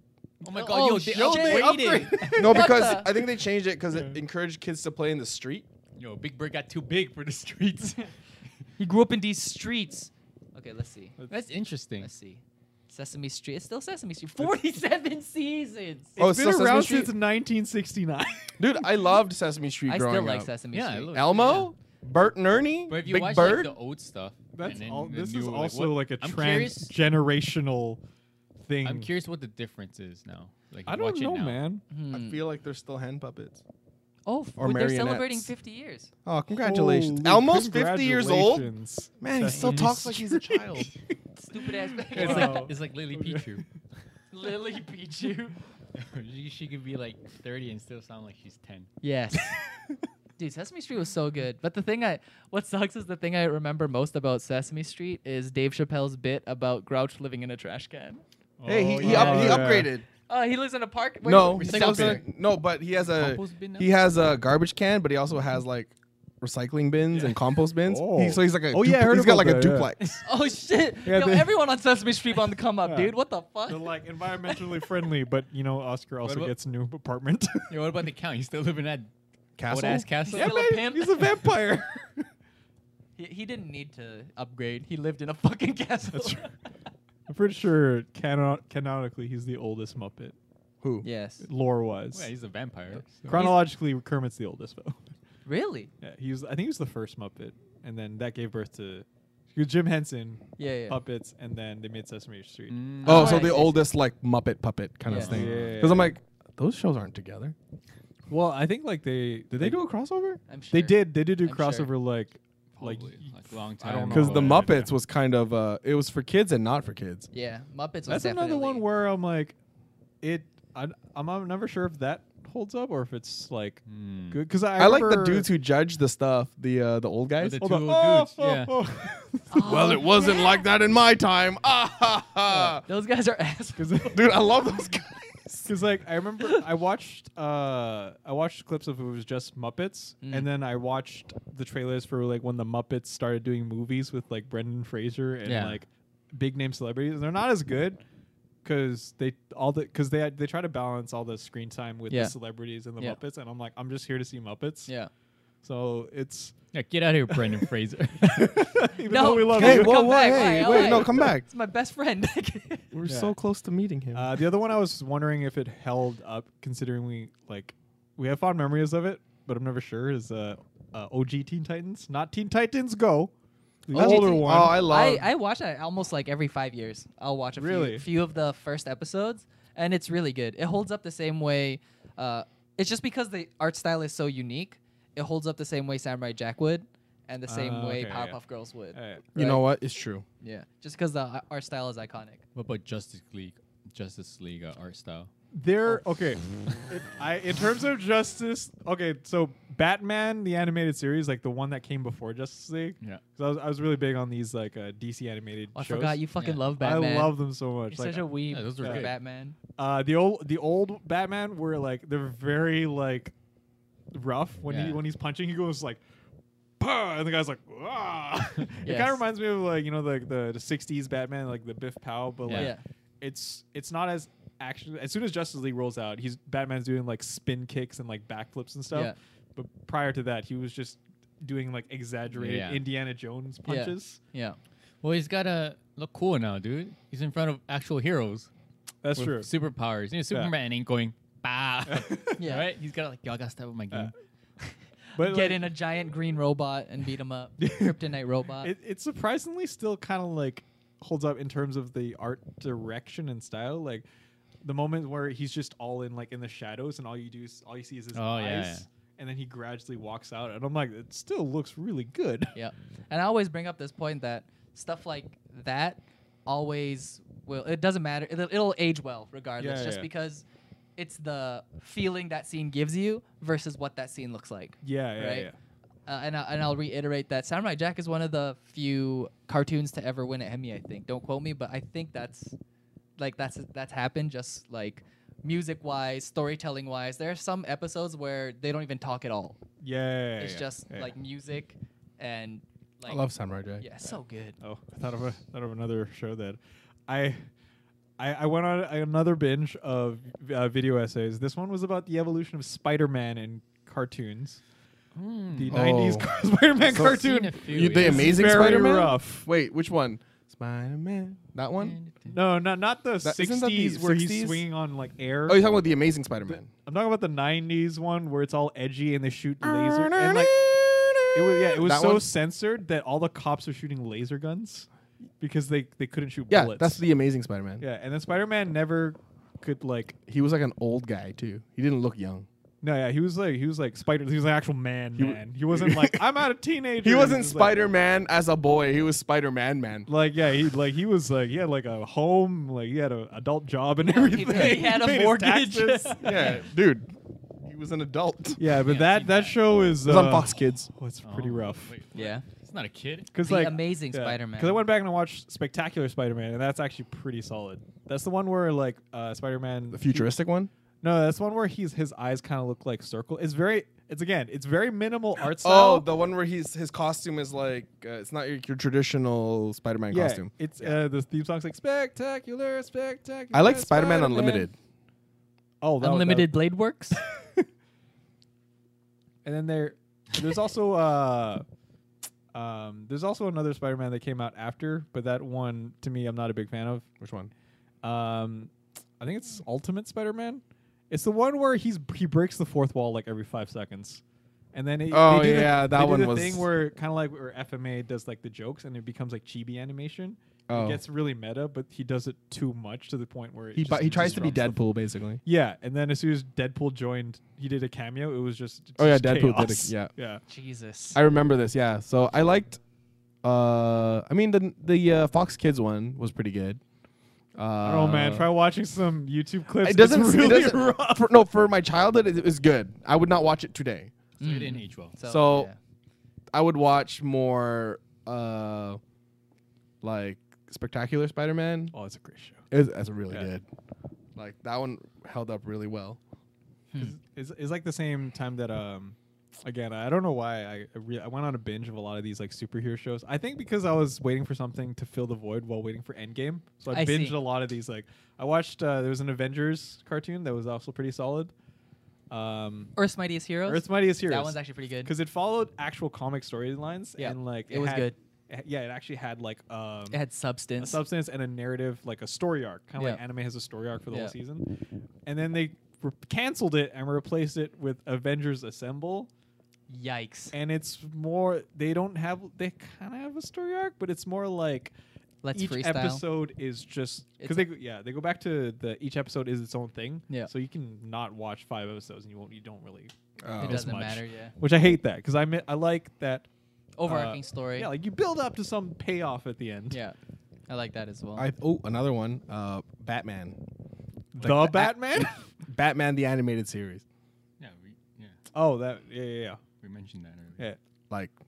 Oh my god,
Oh,
yo,
shit, they
they upgraded.
No, because I think they changed it because it encouraged kids to play in the street.
*laughs* yo, Big Bird got too big for the streets.
He grew up in these streets. Okay, let's see.
*laughs* That's interesting.
Let's see. Sesame Street. It's still Sesame Street. 47 seasons.
Oh,
it's
it's
been
still Sesame
around
Street?
since 1969.
*laughs*
Dude, I loved Sesame Street
I
growing
still like
up.
Sesame
Yeah, I
Street.
love-
Elmo, Bert and Ernie,
But if you
Big
watch
Bird.
like the old stuff,
*laughs* That's
and then
all.
the
This
new,
is
like,
also
what-
like, a
I'm curious-
transgenerational thing.
I'm curious what the difference is now. Like,
I
watch
don't
it
know,
now.
man.
mm.
I feel like they're still hand puppets.
Hmm. Oh, f-
Or
they're celebrating
marionettes.
50 years.
Oh, congratulations.
Holy
Almost 50 years old.
congratulations.
Man, he still
Sesame
talks like he's *laughs* a
Street.
child.
Stupid ass.
*laughs* It's
Wow.
like it's like Lily
Okay.
Pichu.
Lily Pichu.
*laughs* she, she could be like 30 and still sound like she's 10.
Yes. *laughs* Dude, Sesame Street was so good. But the thing I, what sucks is the thing I remember most about Sesame Street is Dave Chappelle's bit about Grouch living in a trash can.
hey, he, he,
yeah.
up, he
Yeah.
upgraded.
Oh, he lives in a park. Wait,
no,
wait,
he
wait,
still
stop
doesn't-
it.
no, but he has a
Compost bin now?
he has a garbage can, but he also has like recycling bins and compost *laughs* bins.
Oh.
He, so he's like a
Oh, yeah, I heard
he's got
about
like a
that, yeah.
duplex.
Oh shit!
Yeah,
Yo,
they-
everyone on Sesame Street on the come up,
Yeah.
dude. What the
*laughs* They're
fuck?
*laughs*
like environmentally friendly, but you know, Oscar also
about-
gets a new apartment. *laughs*
Yo, what about the count? You still living at
Castle?
old ass castle?
Yeah, Still a
man,
pimp?
he's a vampire.
He, he didn't need to upgrade. He lived in a fucking *laughs* castle.
That's true. *laughs* I'm pretty sure cano- canonically he's the oldest Muppet,
Who?
yes.
lore wise.
Yeah, he's a vampire. so-
Chronologically, Kermit's the oldest though. *laughs*
Really?
Yeah, he was. I think he was the first Muppet, and then that gave birth to he was Jim Henson
Yeah, yeah.
puppets, and then they made Sesame Street.
Mm,
Oh,
Oh,
so
I see,
the
I see.
oldest like Muppet puppet kind
Yeah.
of thing.
Yeah, yeah,
Because
yeah.
I'm like, those shows aren't together.
Well, I think like they did
They do a crossover
I'm sure.
They did. They did do
I'm sure.
crossover like
Like,
like.
like long
I
time.
don't know.
because
Oh,
the
yeah,
Muppets was kind of uh, it was for kids and not for kids.
Yeah, Muppets. was
That's another one
definitely-
where I'm like, it. I, I'm I'm never sure if that holds up or if it's like
Hmm.
good. Because I,
Hmm. I like the
remember-
dudes who judge the stuff, the uh, the old guys.
the
Hold
two
on.
old
Oh,
dudes,
oh,
yeah.
oh. *laughs*
*laughs*
well, it wasn't like that in my
*laughs*
time. Ah ha ha.
Those guys are *laughs*
*laughs*
assholes.
Dude, I love those guys.
Because like I remember, I watched uh I watched clips of it was just Muppets,
Mm.
and then I watched the trailers for like when the Muppets started doing movies with like Brendan Fraser and
Yeah.
like big name celebrities, and they're not as good because they all the because they they try to balance all the screen time with
Yeah.
the celebrities and the
Yeah.
Muppets, and I'm like I'm just here to see Muppets.
Yeah.
So it's *laughs*
Yeah, get out of here, Brendan *laughs* Fraser.
even
No.
though we love
Hey,
you.
whoa,
Come
whoa,
back,
hey,
why, why?
wait, no, come back.
It's my
*laughs*
best friend. *laughs*
We're so close to meeting him.
Uh, the other one I was wondering if it held up, considering we like we have fond memories of it, but I'm never sure. Is uh, uh OG Teen Titans, not Teen Titans Go, the
OG
older
Teen-
one.
oh, I
I,
love.
I watch it almost like every five years. I'll watch a
Really?
few, few of the first episodes, and it's really good. It holds up the same way. Uh, it's just because the art style is so unique. It holds up the same way Samurai Jack would, and the same
Ah,
way
okay, yeah. Eh,
Powerpuff Girls would.
Alright.
you know what? It's true.
Yeah, just because the a- art style is iconic.
what about Justice League? Justice League uh, art style.
They're
Oh.
okay. It- I in terms of Justice, okay. So Batman the animated series, like the one that came before Justice League.
Yeah.
'Cause I was, I was really big on these like uh, DC animated.
Oh, I
shows.
forgot you fucking
Yeah.
love Batman.
I love them so much.
You're
like,
such a weeb.
Yeah, those were
for
good.
Batman.
Uh, the old the old Batman were like they're very like rough when he
Yeah.
when he's punching he goes like "Pah!" and the guy's like ah. *laughs* it kind
Yes.
of reminds me of like you know like the, the 60s Batman like the Biff Powell but
Yeah.
like it's it's not as action as soon as Justice League rolls out he's Batman's doing like spin kicks and like backflips and stuff
Yeah.
but prior to that he was just doing like exaggerated
Yeah.
Indiana Jones punches
yeah.
Well, he's gotta look cool now, dude. He's in front of actual heroes.
that's
with
true
Superpowers. You know, Superman ain't going bah.
*laughs*
Yeah.
Right? He's gotta like, yo, I gotta step up my game.
but
Get
like,
in a giant green robot and beat
*laughs*
him up. Kryptonite robot.
it, it surprisingly still kind of like holds up in terms of the art direction and style like the moment where he's just all in like in the shadows and all you do is all you see is his
Oh,
eyes
yeah, yeah.
and then he gradually walks out and i'm like it still looks really good *laughs*
Yeah. And I always bring up this point that stuff like that always will, it doesn't matter. It'll, it'll age well regardless,
Yeah,
just
yeah.
because it's the feeling that scene gives you versus what that scene looks like.
yeah yeah
Right.
yeah
Uh, and, I, and I'll reiterate that Samurai Jack is one of the few cartoons to ever win an Emmy, I think. Don't quote me, but I think that's like that's that's happened just like music wise, storytelling wise. There are some episodes where they don't even talk at all.
yeah, yeah,
it's
yeah,
just
yeah.
like music and like
I love Samurai Jack.
yeah, so good.
Oh, I thought of a thought of another show that I I, I went on another binge of uh, video essays. This one was about the evolution of Spider-Man in cartoons. The
Oh.
90s *laughs* Spider-Man
So-
cartoon.
Seen a few,
You- they
yeah.
amazing-
very
Spider-Man?
rough.
Wait, which one? Spider Man. That one?
No, not not the
That- isn't
60s
that the
where
60s?
he's swinging on like air.
Oh, you're talking about the Amazing Spider Man.
I'm talking about the 90s one where it's all edgy and they shoot laser and like it was yeah, it was
That
so
one?
censored that all the cops are shooting laser guns because they they couldn't shoot
Yeah,
bullets.
that's the Amazing Spider Man.
yeah, and then Spider-Man never could like
He was like an old guy too. He didn't look young.
No, yeah, he was like he was like Spider. He was an actual man, man. He wasn't like I'm out of
*laughs*
teenager.
He wasn't
was, like-
Spider Man as a boy. He was Spider Man man.
Like, yeah, he like he was like he had like a home, like he had an adult job and everything.
*laughs* he
*laughs*
had a
paid his
mortgage.
taxes.
*laughs*
Yeah, dude. He was an adult. It
yeah, but
Yeah,
that that
seen that.
show is
was on
uh,
Fox Kids.
Oh, it's pretty
Oh,
rough.
wait, what?
Yeah.
He's not a kid.
Because
The
like
Amazing Spider-Man.
Because I went back and I watched Spectacular Spider-Man, and that's actually pretty solid. That's the one where like uh, Spider-Man
The futuristic one?
No, that's one where he's his eyes kind of look like circle. It's very it's again it's very minimal art style.
Oh, the one where he's his costume is like uh, it's not your, your traditional Spider Man
yeah,
costume.
It's uh, the theme song's like spectacular, spectacular.
I like Spider Man Unlimited.
Oh, that,
Unlimited Blade Works.
*laughs* that- and then there, there's also uh, um, there's also another Spider Man that came out after, but that one to me I'm not a big fan of.
Which one?
Um, I think it's Ultimate Spider Man. It's the one where he's he breaks the fourth wall like every five seconds. And then it,
Oh,
they do the-
yeah,
they
that
do
one
the
was-
thing where kind of like where FMA does like the jokes and it becomes like chibi animation.
Oh.
It gets really meta, but he does it too much to the point where it
He
just
bu- he tries to be
disrupts the
Deadpool basically.
Yeah, and then as soon as Deadpool joined, he did a cameo. It was just
Oh, yeah,
just
Deadpool did
chaos.
it, yeah.
yeah.
Jesus.
I remember this. Yeah. So I liked. Uh, I mean the the uh, Fox Kids one was pretty good. Uh,
oh man, try watching some YouTube clips.
It doesn't. *laughs*
It's
it
really
doesn't-
*laughs* rough.
for- no, for my childhood, it, it was good. I would not watch it today.
So it didn't age well.
So-
yeah.
I would watch more, uh, like Spectacular Spider-Man.
Oh, it's a great show.
It, that's really
Yeah.
good. Like that one held up really well.
It's, it's like the same time that um, again, I don't know why I I, re- I went on a binge of a lot of these like superhero shows. I think because I was waiting for something to fill the void while waiting for Endgame, so I,
I see.
binged a lot of these. Like I watched uh, there was an Avengers cartoon that was also pretty solid. Um,
Earth's Mightiest Heroes.
Earth's Mightiest Heroes.
That one's actually pretty good.
because it followed actual comic storylines
Yeah,
and like
it was
had-
good.
it- yeah, it actually had like um,
It had
a
substance.
substance and a narrative, like a story arc, kind of like
Yeah.
anime has a story arc for the
Yeah.
whole season. And then they re- canceled it and replaced it with Avengers Assemble,
Yikes!
and it's more they don't have they kind of have a story arc, but it's more like
Let's
each
freestyle.
episode is just
It's
because they go- yeah they go back to the each episode is its own thing.
Yeah.
so you can not watch five episodes and you won't you don't really.
it
miss
doesn't
much.
matter. Yeah.
Which I hate that because I mi- I like that
Overarching
uh,
story.
Yeah, like you build up to some payoff at the end.
yeah. I like that as well.
I oh another one, uh, Batman,
the,
Like, a-
Batman.
Batman the animated series,
yeah, we yeah
oh, that yeah yeah yeah.
we mentioned that earlier.
Yeah,
like.
yeah.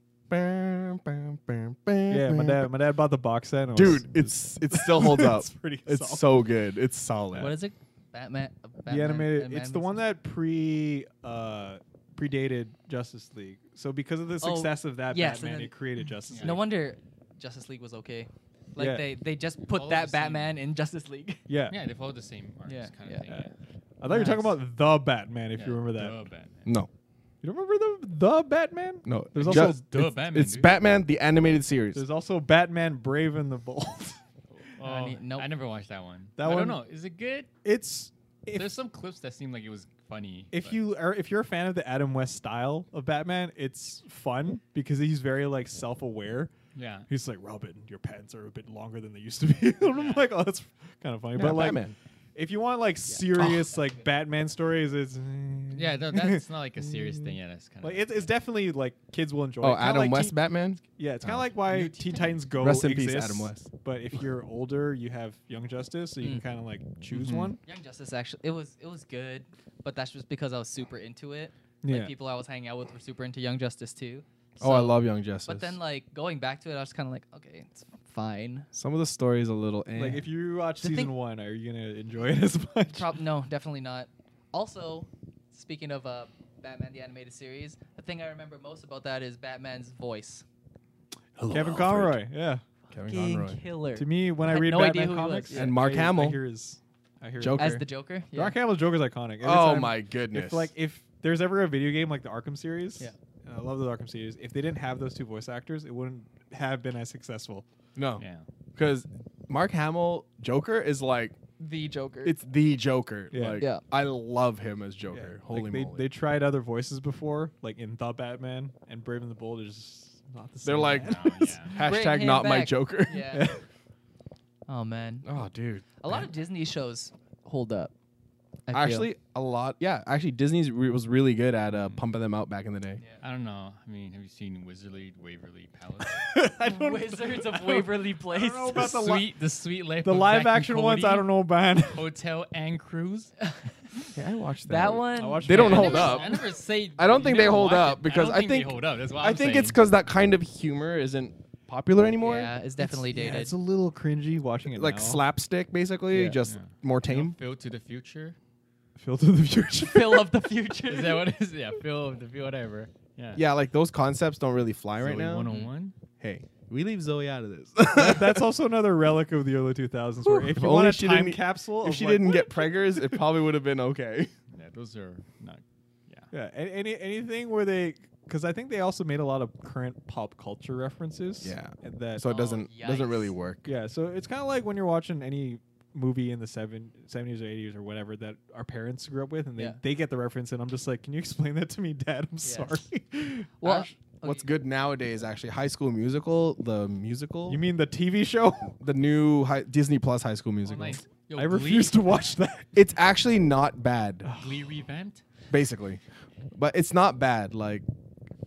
Yeah,
My dad, my dad bought the box set. And it was-
Dude, it's it still holds up.
*laughs* It's pretty
It's
solid.
so good. It's solid.
what is it? Batman. uh, Batman
the animated. it's
Batman
the
was-
one that pre uh, predated Justice League. So because of the
Oh,
success of that
yes, and
Batman,
then-
it created Justice
No
League.
wonder Justice League was okay. Like
Yeah.
they they just put
Follow the
that
same-
Batman in Justice League. *laughs*
Yeah.
Yeah, they followed the same arcs
Yeah,
kind
yeah.
of thing. Yeah.
I thought you were talking about the Batman. If
Yeah,
you remember that,
The Batman.
No,
you don't remember the the Batman?
no.
There's
Ju-
also
Duh,
it's,
Batman,
It's
dude.
Batman the animated series.
there's also Batman Brave and the Bold. *laughs*
Oh,
I
I,
need- nope.
never watched that one.
That
I
one-
don't know. Is it good?
it's if
There's some clips that seem like it was funny.
if
but-
you are if you're a fan of the Adam West style of Batman, it's fun because he's very like self aware.
yeah,
He's like, Robin, your pants are a bit longer than they used to be. *laughs* and I'm like, oh, that's kind of funny. but like,
Batman.
if you want like serious
Oh.
like Batman stories, it's eh. *laughs*
yeah, no, that's not like a serious thing. Yeah, that's kind of
like it, it's definitely like kids will enjoy. it.
oh,
Kinda
Adam
like
West
Teen-
Batman.
yeah, it's kind of like why Teen Titans Go
Rest in peace,
exists,
Adam West.
But if you're older, you have Young Justice, so you
Mm.
can kind of like choose
Mm-hmm.
one.
Young Justice actually it was it was good, but that's just because I was super into it.
Yeah.
Like people I was hanging out with were super into Young Justice too.
oh, I
So-
love Young Justice.
But then like going back to it, I was kind of like, okay, it's fine.
some of the stories a little. Eh.
Like if you watch
The
season
thing-
one, are you gonna enjoy it as *laughs* much?
Prob- no, definitely not. Also, speaking of uh, Batman the animated series, the thing I remember most about that is Batman's voice.
Kevin Conroy, yeah.
Kevin
Fucking
Conroy.
killer.
To me, when
I
I,
had
read
no idea
Batman
who he was,
comics,
yeah.
And Mark
I- I
Hamill.
hear his, I hear
Joker.
as the Joker. Yeah.
Mark Hamill's Joker's iconic. Every
Oh
time-
my goodness!
If like if there's ever a video game like the Arkham series,
Yeah.
and I love the Arkham series. If they didn't have those two voice actors, it wouldn't have been as successful.
no,
yeah.
because Mark Hamill Joker is like
the Joker.
it's the Joker.
Yeah.
Like,
Yeah.
I love him as
Yeah,
Joker.
like,
Holy
they,
moly!
they tried other voices before, like in The Batman and Brave and the Bold is just not the same.
They're *laughs*
*laughs*
like
man.
No, yeah.
Bring
hashtag
him
not my
back.
Joker.
Yeah.
*laughs*
oh man,
oh, dude.
a lot of Disney shows hold up. I feel.
Actually, a lot. Yeah, actually, Disney's re- was really good at uh, pumping them out back in the day.
I don't know. I mean, have you seen Wizardly Waverly Palace?
I don't
*laughs* Wizards of Waverly Place.
know *laughs*
the *laughs*
About the li-
sweet, the sweet life.
the
of
live
Zack and
action ones. I
Cody,
don't know
*laughs*
about.
Oh,
Hotel and Cruise.
Yeah, I watched
that one.
I watched
They don't
I
hold
never-
up.
I never say.
I don't think
never
they hold
watch it.
up because
I, don't
I
think,
think-
they hold up. That's why
I
I'm
think
saying.
it's because that kind of humor isn't popular anymore.
yeah, it's definitely dated.
it's a little cringy watching it
Like
now.
slapstick, basically,
Yeah.
just more tame.
Phil to the future.
Phil to the future.
Phil of the future.
Is that what it is? Yeah, Phil of the future, whatever. Yeah.
Yeah, like those concepts don't really fly right now.
101.
Hey, we leave Zoe out of *laughs* this.
*laughs* That- that's also another relic of the early 2000s. Where
Whew.
if
If
you
only
want a
she
time
didn't-
capsule,
if
of
she
like-
didn't *laughs* get preggers, it probably would have been *laughs* okay.
Yeah, those are not. Yeah.
yeah, a- any anything where they, because I think they also made a lot of current pop culture references.
Yeah.
and that
So it
Oh,
doesn't doesn't really
yikes.
work.
yeah, so it's kind of like when you're watching any movie in the seven, 70s or 80s or whatever that our parents grew up with, and they,
Yeah.
they get the reference, and I'm just like, can you explain that to me, Dad? I'm
*laughs*
sorry.
Well,
Ash, What's good nowadays, actually, High School Musical, the musical,
you mean the TV show?
the new high, Disney Plus High School Musical.
Online- Yo,
I refuse to watch
*laughs*
that.
It's actually not bad.
Glee
*laughs*
revamped.
basically. But it's not bad. Like,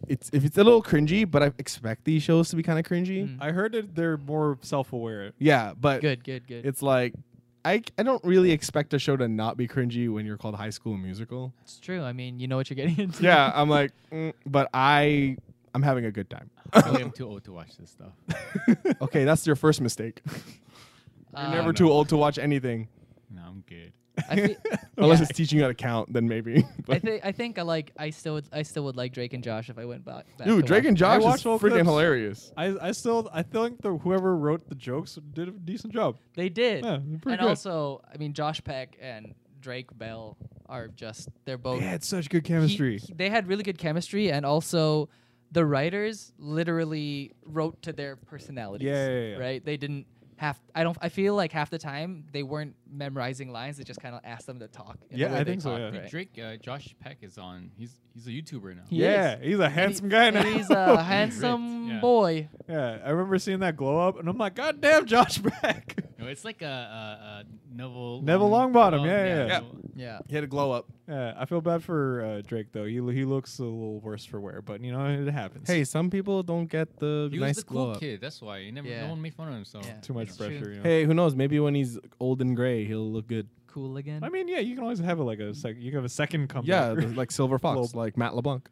it's if it's a little cringy, but I expect these shows to be kind of cringy.
Mm.
I heard that they're more self-aware.
Yeah, but
Good, good, good.
it's like I, I don't really expect a show to not be cringy when you're called High School Musical.
It's true. I mean, you know what you're getting into.
Yeah, *laughs* I'm like, mm, but I I'm having a good time.
I really am too old to oh watch this stuff.
*laughs* Okay, that's your first *laughs* mistake. You're
Um,
never too old to watch *laughs* anything
No, I'm good.
I, fe-
unless
yeah,
it's teaching you how to count. Then maybe. *laughs*
I
But
think I think I like I still would, I still would like Drake and Josh if I went back. back
dude,
to
Drake
watch
and
it.
I
Josh is
watched all
freaking
clips.
hilarious.
I, I still I think the whoever wrote the jokes did a decent job.
they did,
Yeah,
and
they're pretty good.
also I mean Josh Peck and Drake Bell are just they're both
They had such good
he-
chemistry.
Oh. he- they had really good chemistry, and also the writers literally wrote to their personalities.
Yeah, yeah, yeah.
Right? They didn't have. I don't. I feel like half the time they weren't memorizing lines. They just kind of asked them to talk. in the
Yeah,
way
I
they
think so,
talk,
yeah.
right?
Drake, uh, Josh Peck is on. He's he's a YouTuber now.
He
yeah,
is.
he's a
And he-
handsome guy
and
now. *laughs*
He's a handsome
yeah.
boy.
yeah, I remember seeing that glow up, and I'm like, God damn, Josh Beck. *laughs*
No, it's like a, a, a Neville.
Neville Longbottom, yeah, yeah, yeah.
Neville-
Yeah.
He had a glow up.
Yeah, I feel bad for uh, Drake though. He he looks a little worse for wear, but you know it happens.
Hey, some people don't get the
He
nice
was the
glow
cool
up.
kid. That's why he never.
Yeah.
No one made fun of him. So
Yeah.
too much
It's true.
pressure. You know?
Hey, who knows? Maybe when he's old and gray, he'll look good.
Cool again.
I mean, yeah, you can always have it like a sec. You can have a second comeback. *laughs*
Yeah, the- like *laughs* Silver Fox,
Little-
like Matt LeBlanc.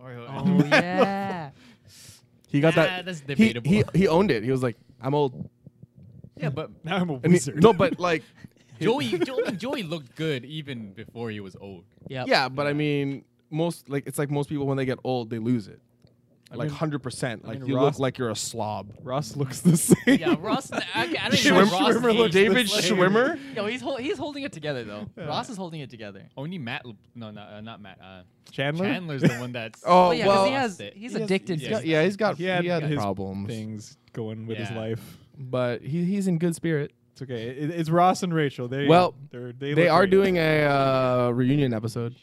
Or he'll- *laughs*
Um,
oh yeah.
He got
Ah,
that.
that's
he-
debatable.
He, he owned it. He was like, I'm old.
yeah,
*laughs*
but
now I'm a
And he,
wizard.
no, but
*laughs*
like,
Joey, Joey, Joey looked good even before he was old.
Yep.
yeah, but I mean, most like it's like most people when they get old, they lose it. like
mean-
hundred percent.
I
Like
mean,
you
Ross-
look like you're a slob.
Ross looks the same.
Yeah, Ross. I,
*laughs*
I don't even know
Schwim-
Ross
Schwimmer looks
age.
David
Like,
Schwimmer.
Yo, he's hol- he's holding it together though. Ross is holding it together.
Only Matt. L- No, no, uh, not Matt. Uh,
Chandler.
Chandler's the
*laughs*
one that's.
Oh,
Oh yeah, 'cause
well,
he has
Lost it.
he's
He has-
addicted
he's
to
got-
stuff.
yeah, he's got
He
he
had
had,
his
problems,
Things going with his
Yeah.
life.
but he, he's in good spirit.
It's okay. It, it's Ross and Rachel. They
Well,
they're, they
They
look
are
great.
doing a uh, reunion episode.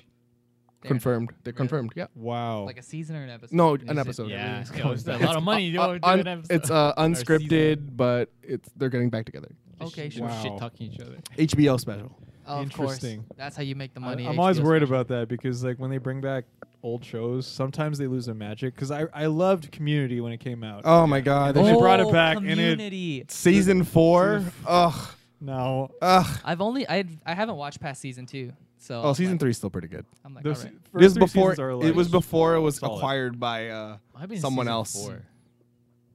They're
confirmed. They're
Really?
confirmed. Yeah.
wow.
Like a season or an episode.
No,
Is
an
it-
episode.
Yeah,
It's
yo, it's a lot of money. You
Uh,
don't do
un-
an episode.
it's
*laughs*
uh,
season.
unscripted, but it's they're getting back together.
Okay,
Just
sure.
Wow.
Shit talking each other.
HBO special.
Oh, Of
Interesting.
course. That's how you make the
I,
money.
am always
HBO
worried
special.
about that because like when they bring back old shows, sometimes they lose their magic. Because I I loved Community when it came out.
Oh my god!
They
they
should
should-
brought it back, and it-
community. and it.
season four.
Season
Ugh.
Now
Ugh.
I've only I I haven't watched past season two, so
Oh,
I'm
season
like-
three's still pretty good.
I'm like,
the
all
se-
right.
first
This
three
before
seasons are,
it
like-
was before it was
solid.
acquired by uh,
I've been in
someone
season
else.
four.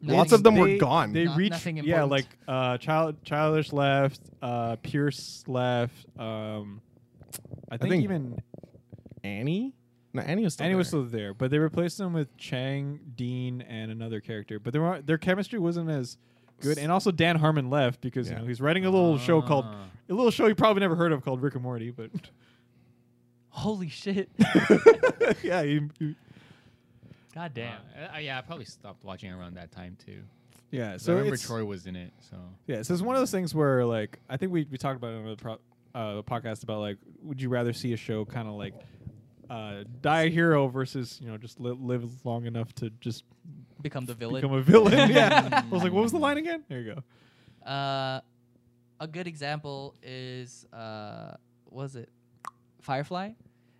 Lots of
Nothing-
them were
They-
gone.
They
Not-
reached
nothing
yeah,
important.
like uh, child, childish left, uh, Pierce left. Um, I, think
think
even
Annie? No, Annie was still
Annie
there.
was still there, but they replaced them with Chang, Dean, and another character. But there were, their chemistry wasn't as good, and also Dan Harmon left because
Yeah.
you know he's writing a little show called
Ah.
a little show you probably never heard of called Rick and
*laughs*
Morty. But
*laughs*
*laughs*
Holy shit!
yeah, he- he-
God damn.
Uh, I- yeah, I probably stopped watching around that time too.
yeah.
'Cause
So
I remember
it's-
Troy was in it. So
Yeah, so it's one of those things where, like, I think we, we talked about it on the pro, uh, podcast about, like, would you rather see a show kind of like uh, die a hero versus, you know, just li- live long enough to just
Become the villain.
become a
*laughs*
villain? yeah. I was like, what was the line again? There you go.
uh, a good example is uh, was it Firefly?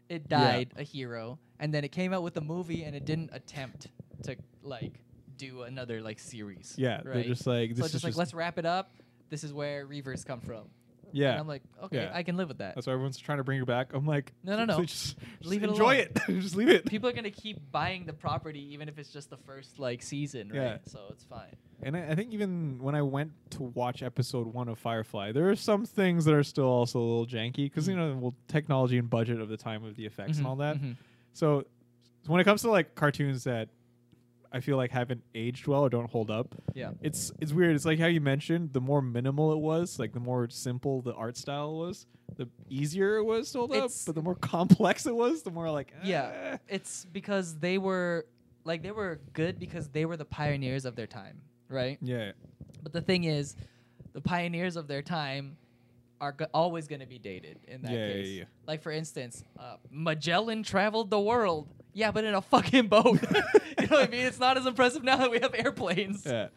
It died a hero, and then it came out with a movie, and it didn't attempt to like do another like series.
Yeah, they're
right?
just like,
so
this
it's
is
just like
just-
let's wrap it up. This is where Reavers come from. And
yeah.
I'm like, okay,
Yeah.
I can live with that.
That's why everyone's trying to bring it back. I'm like,
No, no, no.
please Just, just
Leave it
enjoy
alone.
it. *laughs* just leave it.
People are gonna keep buying the property even if it's just the first like season, right?
Yeah.
So it's fine.
And I, I think even when I went to watch episode one of Firefly, there are some things that are still also a little janky because
Mm.
you know well, technology and budget of the time of the effects and
Mhm,
all that.
mhm.
So so when it comes to like cartoons that I feel like haven't aged well or don't hold up,
Yeah.
it's it's weird. It's like how you mentioned the more minimal it was, like the more simple the art style was, the easier it was to hold
It's-
up. But the more complex it was, the more like eh.
Yeah, it's because they were like they were good because they were the pioneers of their time, right?
yeah,
But the thing is, the pioneers of their time are go- always going to be dated in that
Yeah, yeah,
case.
yeah.
Like for instance, uh, Magellan traveled the world. *laughs* Yeah, but in a fucking boat. you know what I mean? It's not as impressive now that we have airplanes.
yeah.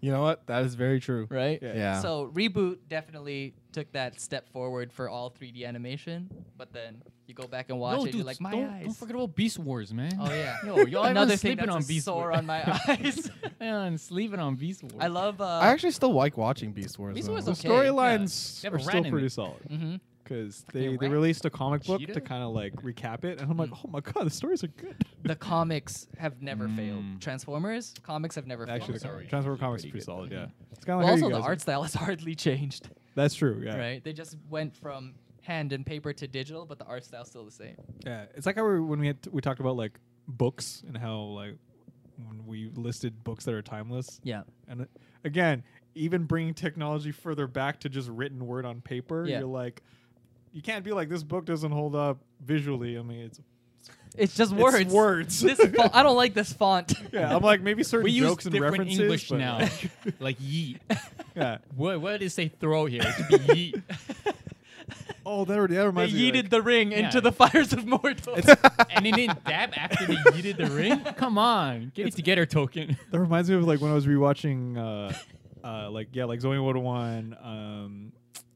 You know what? That is very true.
right?
Yeah.
So reboot definitely took that step forward for all 3D animation, but then you go back and watch it, you're like, my
don't,
eyes.
don't forget about Beast Wars, man.
Oh yeah.
*laughs* Yo, y'all
Another
Another
thing
sleeping
that's
on
a
Beast
sore
Wars.
on my
*laughs*
*laughs* eyes.
Man, sleeping on Beast Wars.
I love. Uh,
I actually still like watching Beast Wars.
Beast
though.
Wars
The
is okay, yeah.
storylines
They have a
are
rat
still
in
pretty
it.
solid
mhm.
because
a
they, they
rat?
released a comic book
Cheetah?
to kind of like
Mm.
recap it, and I'm like, oh my god, the stories are good.
The comics have never failed. Transformers comics have never
Actually, Oh,
failed.
the
are
comic- Transformer comics is pretty solid. Yeah, it's kind of
Well, also the art style has *laughs* hardly changed,
That's true. Yeah.
right? They just went from hand and paper to digital, but the art style's still the same.
Yeah, it's like how we, when we had we talked about like books and how like when we listed books that are timeless.
Yeah.
And uh, again, even bringing technology further back to just written word on paper,
Yeah.
you're like, you can't be like this book doesn't hold up visually. I mean, it's
It's just words.
words. *laughs*
This fa- I don't like this font. *laughs*
yeah. I'm like maybe certain
we use
jokes and
different
references.
English
but,
now,
like,
*laughs* like yeet.
*laughs* yeah.
What what did it say? Throw here. It should
*laughs*
be yeet.
Oh, that, re- that
They
reminds me.
yeeted
like-
the ring
Yeah.
into the fires of Mordor.
*laughs*
and then didn't dab after they yeeted the ring. Come on, get it together, token. *laughs*
That reminds me of like when I was rewatching, uh, uh, like yeah, like Zoe 101, um,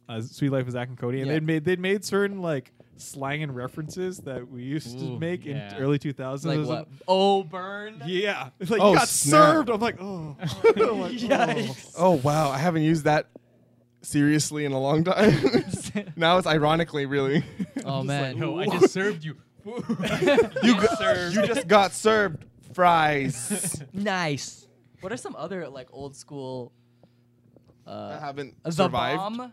uh, Sweet Life of Zach and Cody, and
Yeah.
they'd made they'd made certain like slang and references that we used
Ooh,
to make
yeah.
in early 2000s.
*laughs* like
There's a-
what? Oh, burn. *laughs*
Yeah, *laughs* it's like
Oh,
you got
snap.
served. I'm like,
*laughs*
oh, I'm like, oh.
Oh wow, I haven't used that seriously in a long time. now it's ironically really.
Oh man.
No, I just
*laughs*
served you. *laughs*
you got, you just got served fries.
nice. What are some other like old school?
I
Uh,
haven't
the
survived.
bomb.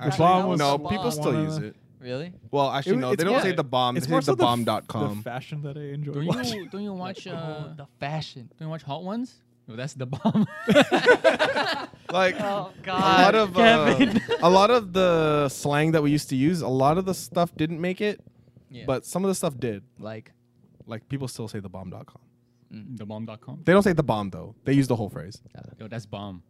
Actually,
bomb was-
no,
the
people
bomb.
still use it.
Really?
Well, actually,
It-
no,
it's
they don't
more-
say the bomb. They
It's
say
more
the
so the, f- the
bomb.com.
fashion that I enjoy.
Don't
watching.
you *laughs* don't you watch uh,
oh, the fashion.
don't you watch Hot Ones? No, that's
*laughs*
the bomb.
*laughs* like
Oh
*laughs* a lot
God.
of
Kevin.
uh, a lot of the slang that we used to use, a lot of the stuff didn't make it,
Yeah.
but some of the stuff did.
like,
Like people still say the bomb.com.
the bomb.com.
They don't say the bomb though. They use the whole phrase.
Yo, that's bomb.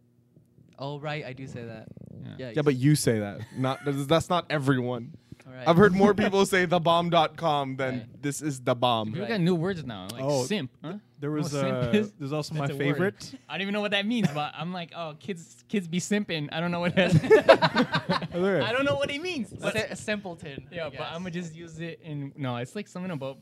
oh right, I do say that.
Yeah.
Yeah.
Yeah, but you say that. Not that's that's not everyone.
all right.
I've
*laughs*
heard *laughs*
*laughs*
more people say the bomb.com than
Right.
this is the bomb.
We
Right.
got new words now, like
Oh,
simp. Huh?
There
Oh,
was
simp
uh,
is-
there's also my
that's a word. *laughs*
favorite.
I don't even know what that means, but I'm like, oh, kids, kids be simping. I don't know
*laughs*
what that.
Oh, there.
I don't know what it means. But,
Si- *laughs* simpleton. I
yeah, but
guess.
I'm gonna just use it in. No, it's like something about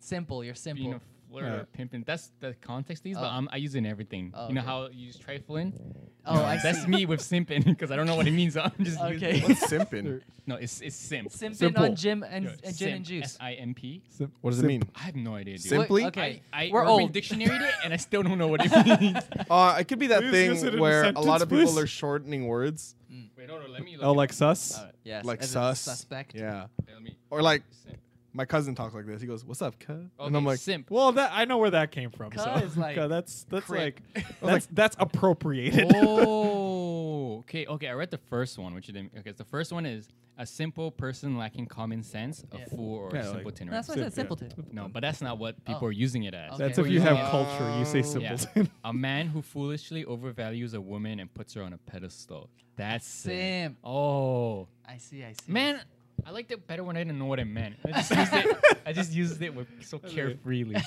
simple. You're simple.
being a flirt
Yeah.
or pimping. That's the context these,
Oh.
but I'm, I use it in everything.
Oh,
you know
okay.
how you use trifling?
*laughs* oh,
No,
I
That's
see.
me with simping *laughs* because I don't know what it means. So I'm just using
Okay.
it.
*laughs* What's simping?
No, it's it's simp.
Simping
Simple.
on Jim and,
Yo,
and Jim and
simp,
Juice.
S I M P.
Sim-
What does it
simp.
mean?
I have no idea, dude.
Simp- Simply?
Okay.
I, I
We're
Urban
old.
Dictionaried it, and I still don't know what it *laughs* means.
Uh, it could be that
Please use
thing
it in a
where a lot
sentence,
of people
please.
are shortening words,
Wait, no, no, let me. Look
Oh,
it
like
up.
sus.
*laughs* Yes.
like
as in
sus.
Suspect.
Yeah.
Let me.
Or like
Simp.
my cousin talks like this. He goes, "What's up, cuz?"
Okay,
And I'm like,
simp.
Well, that I know where that came from. So. *laughs*
Cuz, like,
God, that's that's
crip.
like
*laughs*
that's that's appropriated. *laughs*
oh, okay, okay. I read the first one, which you didn't. Okay, so the first one is a simple person lacking common sense, a
Yeah.
fool or
Yeah,
a
like-
simpleton.
That's
right?
what I said.
Simp, yeah.
Simpleton.
no, but that's not what people
Oh.
are using it as.
Okay.
That's
Well,
if you
you
have
know-
culture. You say
Yeah.
simpleton.
*laughs* a man who foolishly overvalues a woman and puts her on a pedestal. That's simp.
Simp.
Oh,
I see. I see.
man. I liked it better when I didn't know what it meant.
*laughs*
I just used it, I just used it with so carefreely.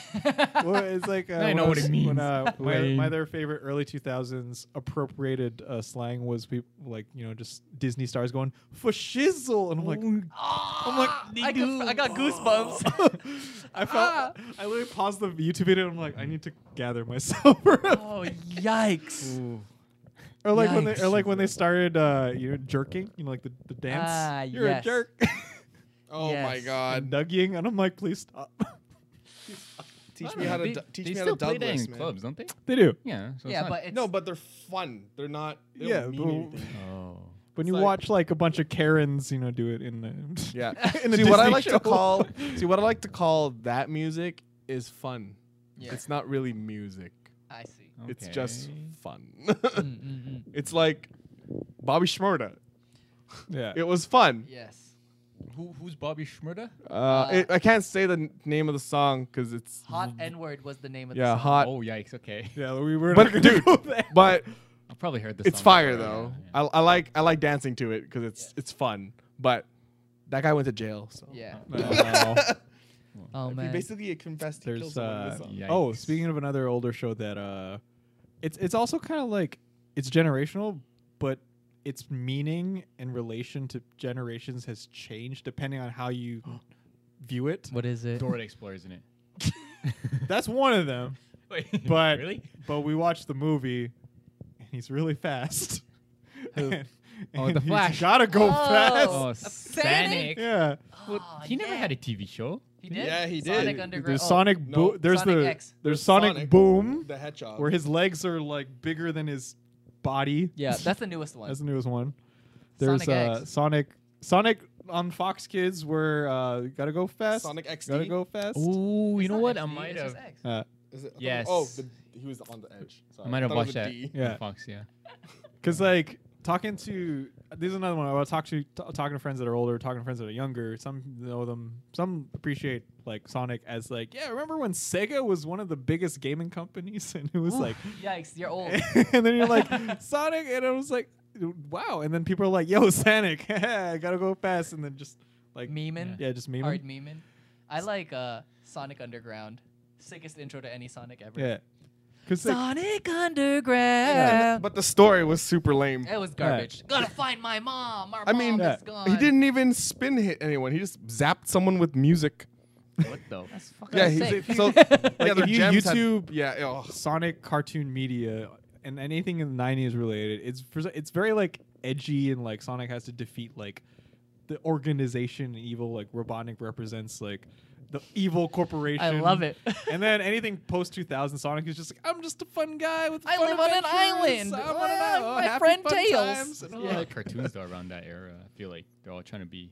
well, it's
*laughs*
like uh,
I
when
know what it
was-
means.
When,
*laughs*
uh, my,
Lame.
my other favorite early 2000s appropriated uh, slang was people like you know just Disney stars going for shizzle, and I'm like,
Oh
I'm like,
Ah, I, could- I got
*laughs*
Oh
goosebumps.
*laughs*
I felt,
*laughs*
I literally paused the YouTube video, and I'm like, I need to gather myself. *laughs*
oh
*laughs*
yikes!
or like when they, or
yikes.
like when they started, uh, you know, jerking, you know, like the, the dance.
Ah,
You're
yes.
a jerk. *laughs*
"Oh my
Yes.
god,
Nuggying, and I'm like, please stop. *laughs*
teach me how to
they,
du- teach
they
me how to
still play that
Douglas,
in
man."
clubs, don't they?
they do.
Yeah. So
yeah,
it's
but it's,
No, but they're fun. They're not. They
Yeah,
don't mean
but-
anything.
not, oh.
When you
like-
watch like a bunch of Karens, you know, do it in uh, the
*laughs*
*laughs*
Yeah.
In a
see what I
Disney
like
show.
to *laughs* call see what I like to call that music is fun.
Yeah.
It's not really music. *laughs*
I see.
It's just fun. *laughs*
Mm, mm, mm.
it's like Bobby Shmurda.
*laughs* yeah.
It was fun.
Yes.
Who, who's Bobby Schmurda?
Uh, it, I can't say the n- name of the song because it's
Hot N word was the name of
Mm. yeah
the song.
hot.
Oh yikes! Okay,
Yeah, we were
But
*laughs* not gonna
dude,
go there.
But
*laughs* I've probably heard this.
it's
song
fire
before,
though.
yeah.
I, I like I like dancing to it because it's it's fun. But that guy went to jail. So
Yeah.
*laughs* Wow.
Oh
he
man.
basically confessed he killed
There's
someone in
uh
this song.
Yeah.
oh,
Yikes.
speaking of another older show that uh it's it's also kind of like it's generational, but its meaning in relation to generations has changed depending on how
*gasps*
you view it.
What is it?
Dora the Explorer, isn't it?
That's one of them.
*laughs* Wait,
But
really?
but we watched the movie and he's really
*laughs*
fast.
Who?
And-
Oh,
and
The
he's
Flash.
Gotta go fast.
Oh,
Oh,
Sonic?
Sonic.
Yeah.
Aw,
He never
Oh, yeah.
had a TV show.
He did.
Yeah, he
Sonic
did.
Underground.
There's
oh,
Sonic
no.
Boom. There's
Sonic
the
X.
there's Sonic, Boom,
the hedgehog.
where his legs are like bigger than his body.
Yeah,
*laughs*
that's the newest one.
That's the newest one. There's
Sonic
uh,
X.
Sonic Sonic on Fox Kids where uh, gotta go fast.
Sonic XD?
gotta go fast.
Ooh, you
It's
know
not
what? I
XD,
might
it's just
have.
X.
Uh,
Is it, I thought-
Yes.
Oh, the, he was on the edge. Sorry.
I might have
thought it was
watched
a
that.
D.
yeah,
Fox, yeah.
because like talking to this is another one. I want to talk to t- talking to friends that are older, talking to friends that are younger. Some know them. Some appreciate like Sonic as like yeah. Remember when Sega was one of the biggest gaming companies *laughs* and it was like
Yikes, you're old.
*laughs* and then you're like Sonic, and I was like, wow. And then people are like, yo, Sonic, *laughs* I gotta go fast, and then just like
Meeman.
yeah, just meme.
Hard
him.
Meeman. I like uh, Sonic Underground. Sickest intro to any Sonic ever.
Yeah, because like,
Sonic Underground.
But the story was super lame.
It was garbage. Gotta find my mom. Our
I mean,
mom
Yeah.
is gone.
He didn't even spin hit anyone. He just zapped someone with music.
What the?
That's fucking
Yeah,
sick.
he, so yeah,
if
the
you
gems had-
YouTube-
yeah, oh,
Sonic cartoon media and anything in the '90s related, it's pres- it's very like edgy and like Sonic has to defeat like the organization evil. Like Robotnik represents like the evil corporation.
I
*laughs*
love it.
and then anything post 2000 Sonic is just like I'm just a fun guy with.
I
fun
live on an
adventures.
island.
I'm on an
Ah,
island.
my
Happy
friend
fun
Tails."
times. And I'm
Yeah.
like,
Like cartoons though around that era, I feel like they're all trying to be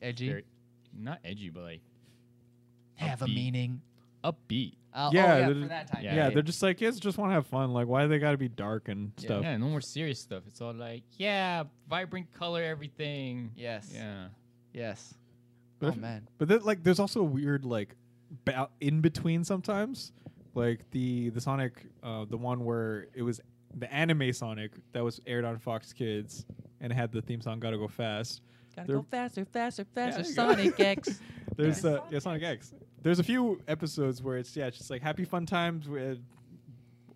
Edgy.
very, not edgy, but like
Have a
upbeat.
meaning.
upbeat.
Uh,
Yeah,
oh, yeah,
they're
for
just-
that time.
yeah,
Yeah,
period.
they're just like kids just want to have fun. Like, why do they got to be dark and
Yeah.
stuff?
Yeah, Oh, no more serious stuff. It's all like, yeah, vibrant color, everything.
Yes.
Yeah.
Yes.
But
oh
if-
man.
But then, like, there's also a weird like ba- in between sometimes, like the the Sonic, uh, the one where it was the anime Sonic that was aired on Fox Kids and had the theme song "Gotta Go Fast."
Gotta
They're-
go faster, faster,
there
faster.
you go.
*laughs* Sonic X.
There's
Yeah.
uh, yeah, Sonic X. There's a few episodes where it's yeah, it's just like happy fun times. With,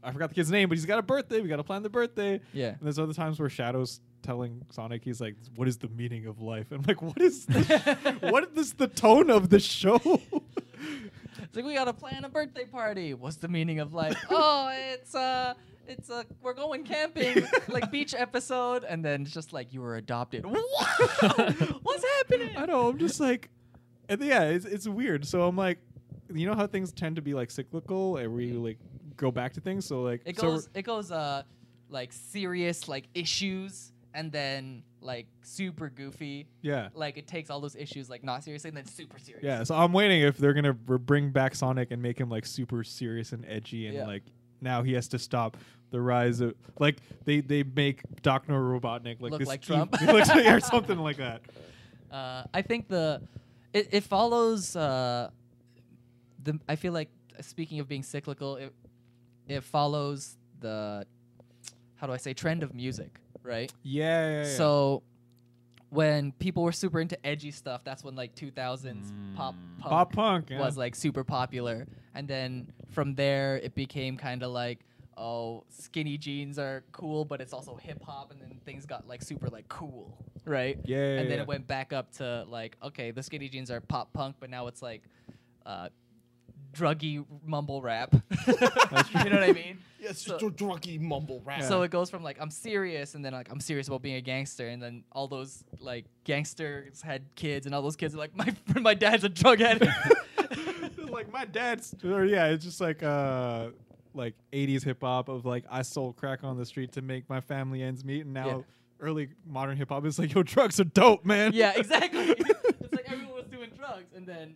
I forgot the kid's name, but he's got a birthday. We got to plan the birthday.
Yeah.
And there's other times where Shadow's telling Sonic, he's like, "What is the meaning of life?" And I'm like, "What is the, what is the tone of the show?"
It's like we gotta plan a birthday party. What's the meaning of *laughs* life? oh, it's uh it's uh we're going camping, like beach episode, and then it's just like you were adopted. *laughs* What? What's happening?
I know. I'm just like, and yeah, it's it's weird. So I'm like, you know how things tend to be like cyclical, and we like go back to things. So like,
It
so we're-
goes it goes uh like serious like issues and then like super goofy.
yeah.
Like it takes all those issues like not seriously and then super serious.
Yeah, so I'm waiting if they're gonna re- bring back Sonic and make him like super serious and edgy, and
Yeah.
like now he has to stop the rise of like they they make Doctor Robotnik like
Look
this
like
ev-
Trump.
*laughs* he looks like-
*laughs*
or something like that.
Uh, I think the it, it follows uh, the. I feel like uh, speaking of being cyclical, it it follows the how do I say trend of music, right?
Yeah,
So when people were super into edgy stuff, that's when like 2000s pop punk
pop punk yeah.
was like super popular, and then from there it became kind of like. Oh, skinny jeans are cool, but it's also hip hop, and then things got like super like cool, right?
yeah, yeah,
and then
yeah.
it went back up to like okay the skinny jeans are pop punk but now it's like uh druggy mumble rap *laughs* you know what i mean
yeah, it's
So-
just a drunky mumble rap.
so it goes from like i'm serious and then like i'm serious about being a gangster and then all those like gangsters had kids and all those kids are like *laughs* my my dad's a drug addict *laughs*
*laughs* like my dad's or yeah, it's just like uh like 80s hip hop of like I sold crack on the street to make my family ends meet, and now
Yeah.
early modern hip hop is like yo drugs are dope, man.
*laughs* yeah exactly it's *laughs* like everyone was doing drugs and then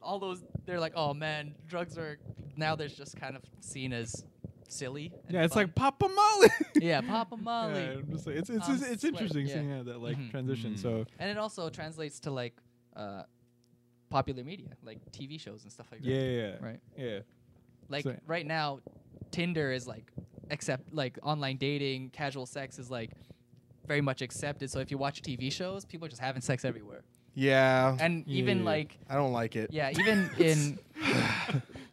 all those they're like oh man drugs are now there's just kind of seen as silly
*laughs*
and
Yeah, it's *laughs*
fun.
like Papa Molly.
yeah papa molly
Yeah, I'm just like, it's it's,
Um,
it's, it's
sweat,
interesting
yeah.
seeing that, that like
Mm-hmm.
Mhm.
transition.
Mm.
So
And it also translates to like uh, popular media, like TV shows and stuff like that.
yeah, yeah, yeah.
Right.
yeah.
Like
So-
right now, Tinder is like accept like online dating, casual sex is like very much accepted. So if you watch TV shows, people are just having sex everywhere.
yeah,
And even
Yeah.
like
I don't like it.
yeah, even in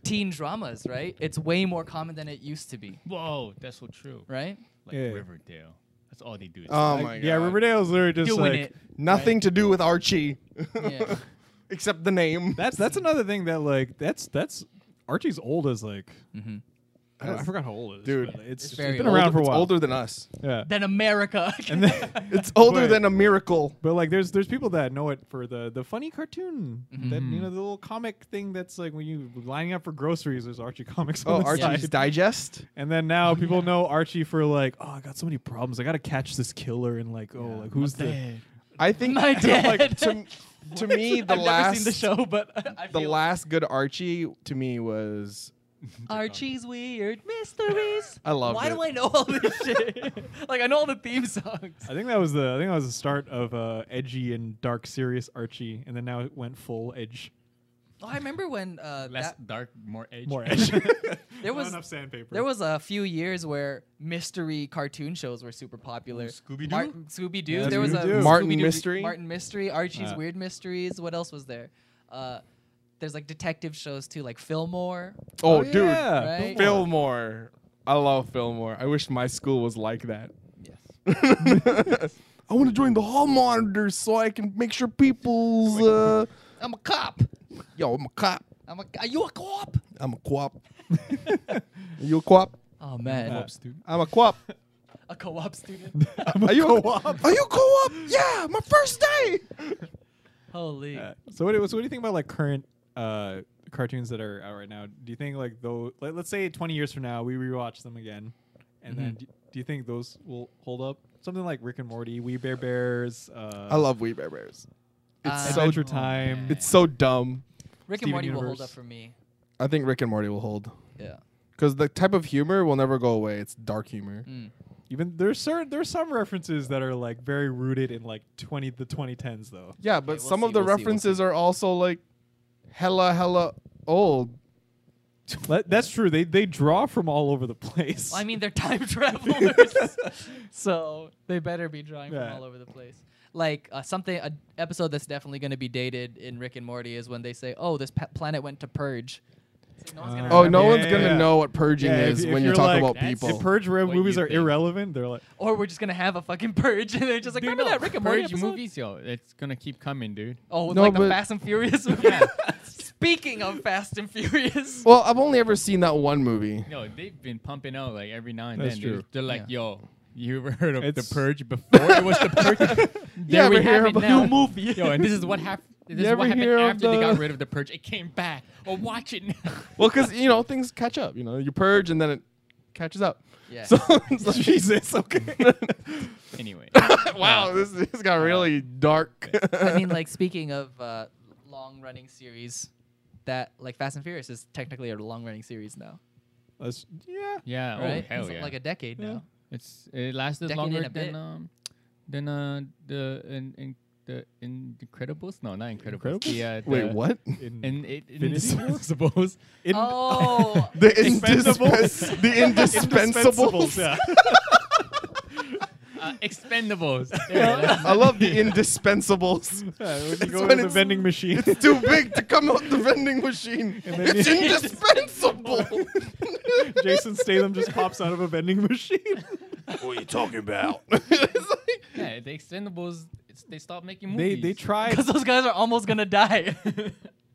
teen dramas, right? It's way more common than it used to be,
Whoa, that's so true.
right?
Like
Yeah.
Riverdale. That's all they do. is-
Oh
Like,
my god.
yeah, Riverdale's literally just
Doing
like
it.
Nothing to do with Archie,
Yeah.
*laughs* except the name.
that's that's another thing that like that's that's Archie's old as like I, don't- I forgot how old it is,
Dude,
but It's,
it's
it's
very
been around
Older-
for a
it's
while.
older than us.
Yeah,
Then America. *laughs*
*laughs* It's older
But-
than a miracle.
*laughs* but like there's there's people that know it for the the funny cartoon that
Mm-hmm.
you know the little comic thing that's like when you lining up for groceries. There's Archie comics.
Oh,
on the
Archie's
side.
Digest.
And then now people know Archie for like, oh, I got so many problems. I gotta catch this killer and like, oh, like who's the?
I think *laughs*
My dad.
like, to, to me the
*laughs* I've never
last
seen the show, but I
the
feel
last good Archie to me was
Archie's weird mysteries.
I loved
Why
it.
do I know all this shit? *laughs* like I know all the theme songs.
I think that was the I think that was the start of uh, edgy and dark, serious Archie, and then now it went full edge,
Oh, I remember when uh,
Less
that,
dark, more edge. *laughs*
more edge.
there
Not
was
enough sandpaper.
There was a few years where mystery cartoon shows were super popular.
Scooby-Doo?
Scooby Doo.
Yeah,
there was
Scooby-Doo.
a
Martin
Scooby-Doo-
Mystery?
Martin Mystery. Archie's
Uh.
Weird Mysteries. What else was there? Uh, there's like detective shows too, like Fillmore.
oh,
Oh,
dude
yeah.
Right?
Fillmore. I love Fillmore. I wish my school was like that.
Yes.
*laughs* I want to join the hall monitors so I can make sure people's. Uh,
I'm a cop.
yo, I'm a cop.
I'm a. Are you a cop?
I'm a *laughs* co-op. you a co-op?
Oh man,
I'm a co-op.
a
*laughs*
co-op student.
Are you a co-op? Are you co-op? Yeah, my first day.
Holy.
Uh, so what, do- so what do you think about like current uh, cartoons that are out right now? Do you think like though, like, let's say 20 years from now we rewatch them again, and then do, do you think those will hold up? Something like Rick and Morty, We Bear Bears. Uh,
I love Wee Bear Bears.
Uh,
It's so
Adventure Time.
it's so dumb.
Rick
Steven
and Morty will hold
Universe.
up for me.
I think Rick and Morty will hold
Yeah.
because the type of humor will never go away. It's dark humor.
Mm.
Even there's certain there's some references that are like very rooted in like 20 the 2010s though.
Yeah, but
we'll
some
see,
of the
we'll see, we'll
references are also like hella hella old.
*laughs* Let- That's true. They they draw from all over the place.
Well, I mean, they're time travelers, *laughs* so they better be drawing
Yeah.
from all over the place. Like uh, something, an episode that's definitely going to be dated in Rick and Morty is when they say, "Oh, this pa- planet went to purge." It's like, no one's gonna
Uh,
Oh,
remember.
no
Yeah,
one's
yeah,
gonna
yeah.
know what purging
Yeah, if-
is
if
when you
you're
talk
like,
about
that's-
people.
if Purge Ram
What
movies
you
are
think.
irrelevant, they're like
Or we're just gonna have a fucking purge, *laughs* and they're just like,
Dude,
"Remember
no,
that Rick and Morty
Purge
episode?"
movies, yo, it's gonna keep coming, dude.
Oh,
No,
like the
but-
Fast and Furious movie. *laughs* Speaking of Fast and
*laughs*
Furious,
well, I've only ever seen that one
*laughs*
movie.
No, they've been pumping out like every now and
That's
then.
true.
Dude. They're like, yo, you ever heard of
It's-
the Purge before it was
*laughs*
the Purge?
Yeah,
there we
but here
have it
about-
now. movie. Yo, and this is
*laughs*
what happened. This is
ever
what happened
hear of
after they got
the-
rid of the Purge. It came back. Oh, watch it now. *laughs*
Well, because you know things catch up. You know, you purge and then it catches up.
yeah.
So *laughs* it's like, Jesus,
*laughs*
okay.
anyway,
wow, this, this got really dark.
I mean, like speaking of uh, long-running series, that like Fast and Furious is technically a long-running series now,
Let's- yeah.
yeah,
right?
oh hell
It's
yeah,
Like a decade now.
it's it lasted
Decade
longer
and a bit.
than um than uh the in, in the Incredibles. No, not Incredibles. The, uh,
*laughs* Wait,
the-
what?
In,
In it,
Infinity War?
*laughs*
Indispensables.
in-
*laughs* Oh,
The
Indispensables.
indispens- the indispensables.
*laughs* Indispensables, yeah.
Uh, *laughs*
*laughs*
Expendables.
I love the
*laughs*
indispensables.
Yeah, when you
That's
go
when
to the
it's-
vending machine.
It's too big to come out the vending machine.
And then
It's
you-
*laughs* indispensable.
*laughs* Jason Statham just pops out of a vending machine.
*laughs* what are you talking about?
yeah, the Expendables. It's, they stopped making
*laughs* they
movies.
they tried
because those guys are almost gonna die. *laughs*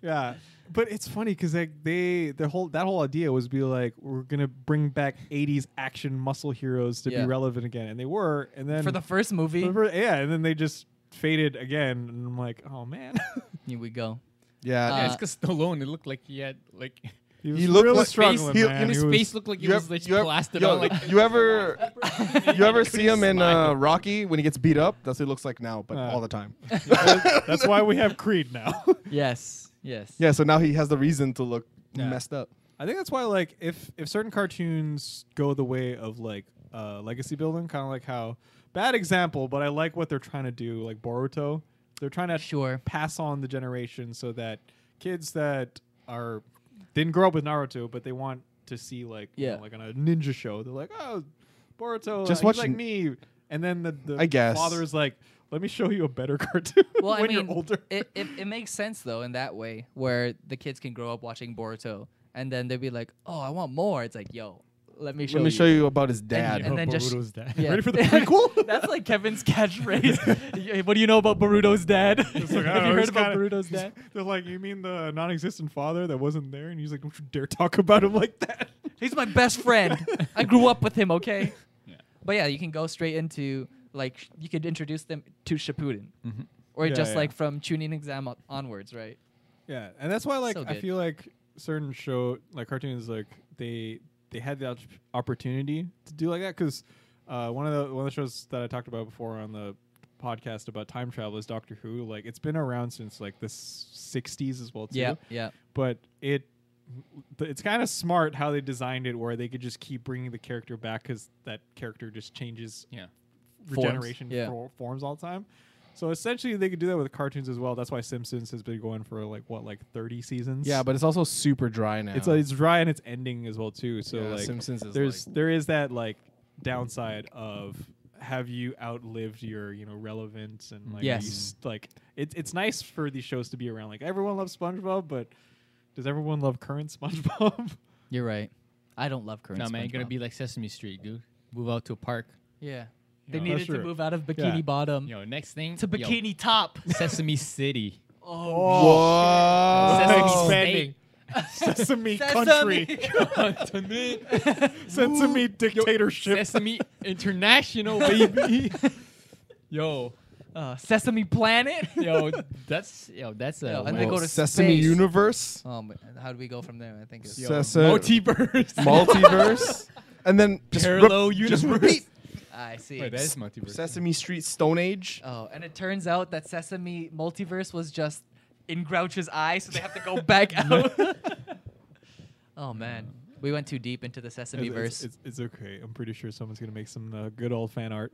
Yeah, but it's funny because like they their whole that whole idea was be like we're gonna bring back '80s action muscle heroes to
Yeah.
be relevant again, and they were, and then
For the first movie,
for the fir- yeah, and then they just faded again, and I'm like, oh man, *laughs*
here we go.
yeah,
Uh,
Yeah, it's 'cause Stallone. It looked like he had like *laughs*
he was
looked
really
like-
struggling,
he-
man.
his
He was-
face looked like he was like
ev-
plastered
yo,
out. Like
you ever *laughs* you
*laughs*
ever see him in
smile.
uh, Rocky when he gets beat up? That's what he looks like now, but
Uh.
all the time.
that's why we have Creed now. *laughs*
Yes, yes.
Yeah, so now he has the reason to look messed up.
I think that's why like if if certain cartoons go the way of like uh, legacy building, kind of like how bad example, but I like what they're trying to do, like Boruto. They're trying to
Sure.
pass on the generation so that kids that are didn't grow up with Naruto, but they want to see like you
Yeah.
know, like on a ninja show. They're like, oh, Boruto,
Just
just
watch
like
n-
me. And then the, the
I guess.
father is like, let me show you a better *laughs* cartoon
Well,
when
I mean, *laughs*
you're older.
It, it it makes sense though in that way where the kids can grow up watching Boruto and then they'd be like, "Oh, I want more." It's like, "Yo, let me show
Let me
you."
show you about his dad.
and then just-
Boruto's dad.
*laughs*
Yeah.
Ready
*laughs*
for the prequel?
That's like Kevin's catchphrase. *laughs* "Yeah,
*laughs*
what do you know about Boruto's dad?
like, I
*laughs* Have
don't
you
know,
heard
he's
about
kinda-
Boruto's dad?
*laughs* They're like, you mean the non-existent father that wasn't there? And he's like, don't you dare talk about him like that.
*laughs* He's my best friend. I grew up with him, okay?
Yeah.
But *laughs* yeah, you can go straight into like sh- you could introduce them to Shippuden. Or
Yeah,
just
yeah.
like from tuning exam on- onwards, right?
Yeah, and that's why like
So
I
good.
feel like certain show like cartoons like they they had the op- opportunity to do like that because uh, one of the one of the shows that I talked about before on the podcast about time travel is Doctor Who. Like it's been around since like the s- '60s as well too.
Yeah, yeah.
but it th- it's kind of smart how they designed it where they could just keep bringing the character back because that character just changes
Yeah.
Forms,
regeneration
yeah.
for- forms all the time. So essentially, they could do that with cartoons as well. That's why Simpsons has been going for like what, like thirty seasons.
Yeah, but it's also super dry now.
it's uh, it's dry and it's ending as well too. So
Yeah,
like
Simpsons is
there's there is that like downside of have you outlived your you know relevance and like
Yes.
you s- like it's it's nice for these shows to be around. Like everyone loves SpongeBob, but does everyone love current
*laughs*
SpongeBob?
You're right. I don't love current
Nah, man, you're gonna
SpongeBob.
be like Sesame Street, dude. Move out to a park.
Yeah. They
Yeah.
needed
That's
to
true.
move out of Bikini Bottom
Yo, next thing
to
yo,
Bikini Top.
*laughs*
*laughs*
Sesame City.
Oh,
Sesame
Oh.
State.
Sesame
Sesame.
Country,
Sesame.
Sesame Dictatorship.
*laughs* Sesame International, baby. *laughs* yo,
*laughs* Uh, Sesame Planet.
yo, that's yo, that's a
Yo, and they
wow.
go to
Sesame
space.
Universe.
*laughs* Oh, but how do we go from there? I think it's
Sesame.
multiverse. *laughs*
multiverse, and then just rep-
Parallel
just
universe.
repeat
I see.
Wait, that is multiverse.
Sesame Street Stone Age.
Oh, and it turns out that Sesame Multiverse was just in Grouch's eye, so they have to go
*laughs*
back out. *laughs* oh man, we went too deep into the Sesame
It's,
verse.
it's, it's okay. I'm pretty sure someone's gonna make some uh, good old fan art.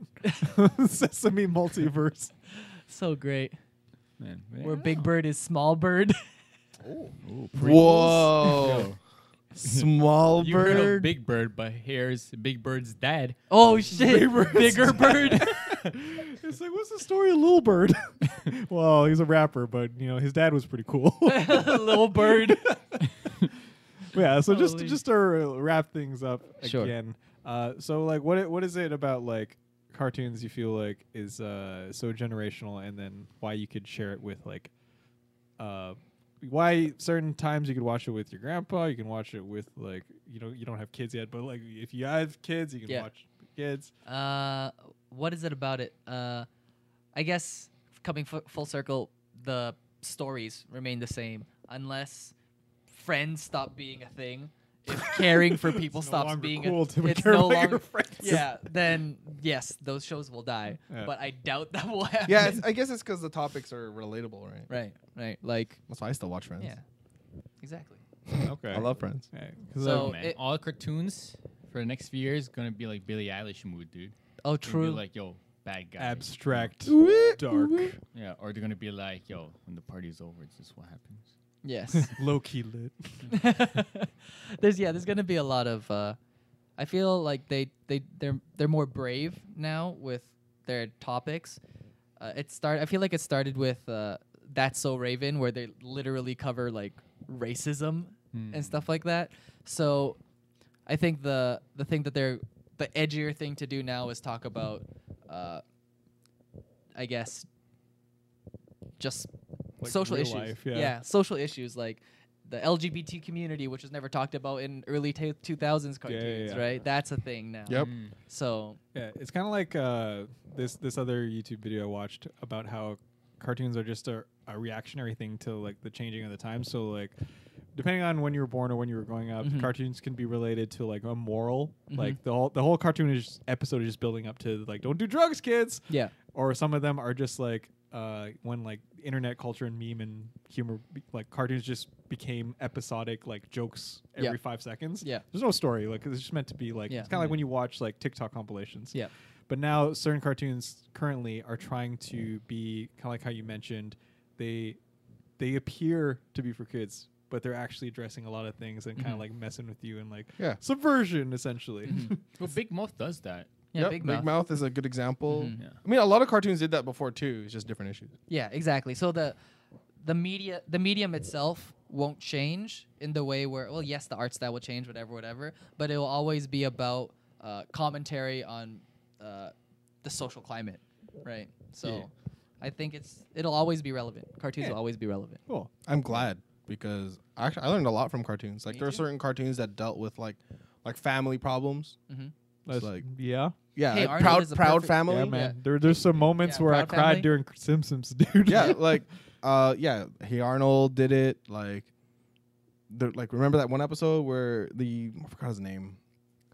*laughs* Sesame multiverse.
So great.
Man,
Where Big Bird is Small Bird.
*laughs*
Whoa, small
you heard of
bird.
Big Bird, but here's Big Bird's dad.
oh shit, bigger bird.
It's like, what's the story of Lil Bird? *laughs* well, he's a rapper, but you know his dad was pretty cool. *laughs*
*laughs* Little bird.
yeah. So just
Holy-
just to wrap things up
Sure.
again. Uh, so like, what i- what is it about like cartoons you feel like is uh, so generational, and then why you could share it with like, uh, why certain times you could watch it with your grandpa, you can watch it with like you know you don't have kids yet, but like if you have kids, you can
Yeah.
watch with kids.
Uh, what is it about it? Uh, I guess coming fu- full circle, the stories remain the same unless friends stop being a thing.
*laughs*
If caring for people
no
stops
longer
being
cool
a,
to
it's
care
no
about your
longer
friends.
*laughs* yeah, then yes, those shows will die.
Yeah.
But I doubt that will happen.
Yeah, it's, I guess it's because the topics are relatable, right?
right, right. Like
That's why I still watch Friends.
yeah, exactly.
*laughs* Okay.
I love Friends.
Okay.
So
Oh, man,
it,
all cartoons for the next few years gonna be like Billie Eilish mood, dude.
oh,
It's gonna be
true.
like, yo, bad guy.
abstract, dark, *laughs*
Yeah, or they're gonna be like, yo, when the party's over, it's just what happens.
yes.
low key lit.
*laughs* there's yeah, there's gonna be a lot of. Uh, I feel like they they they're they're more brave now with their topics. Uh, it start. I feel like it started with uh, "That's So Raven," where they literally cover like racism
Hmm.
and stuff like that. So, I think the the thing that they're the edgier thing to do now is talk about, uh, I guess, just
Like
social
real
issues.
life, yeah.
social issues like the LGBT community, which was never talked about in early ta- 2000s cartoons,
yeah.
right? That's a thing now.
Yep.
So,
Yeah, it's kind of like uh, this this other YouTube video I watched about how cartoons are just a, a reactionary thing to like the changing of the time. So like, depending on when you were born or when you were growing up, cartoons can be related to like a moral. Like the whole the whole cartoon is just, episode is just building up to like don't do drugs, kids.
Yeah.
Or some of them are just like uh, when like internet culture and meme and humor be- like cartoons just became episodic like jokes
Yeah.
every five seconds.
Yeah.
There's no story. Like it's just meant to be like
Yeah. Mm-hmm.
it's kind of like when you watch like TikTok compilations.
Yeah.
But now certain cartoons currently are trying to be kind of like how you mentioned, they they appear to be for kids, but they're actually addressing a lot of things and
Mm-hmm.
kind of like messing with you and like
Yeah.
subversion essentially.
Well, Big Mouth does that.
yeah,
Yep,
Big Mouth. Mm-hmm.
is a good example.
Yeah.
I mean, a lot of cartoons did that before too. It's just different issues.
Yeah, exactly. So the the media the medium itself won't change in the way where well yes the art style will change whatever whatever but it will always be about uh, commentary on uh, the social climate right so i think it's it'll always be relevant cartoons will always be relevant
Cool.
I'm glad because actually I learned a lot from cartoons. Like
Me
there are
too.
certain cartoons that dealt with like like family problems.
*laughs* That's-
like-
yeah,
Yeah,
Hey,
like,
Arnold
proud
is a
proud
perfect-
family.
yeah,
Yeah,
man. There, there's some moments
Yeah,
where I
Proud
cried
Family.
during Simpsons, *laughs* dude.
*laughs*
like uh yeah, Hey Arnold did it. Like the, like remember that one episode where the I forgot his name.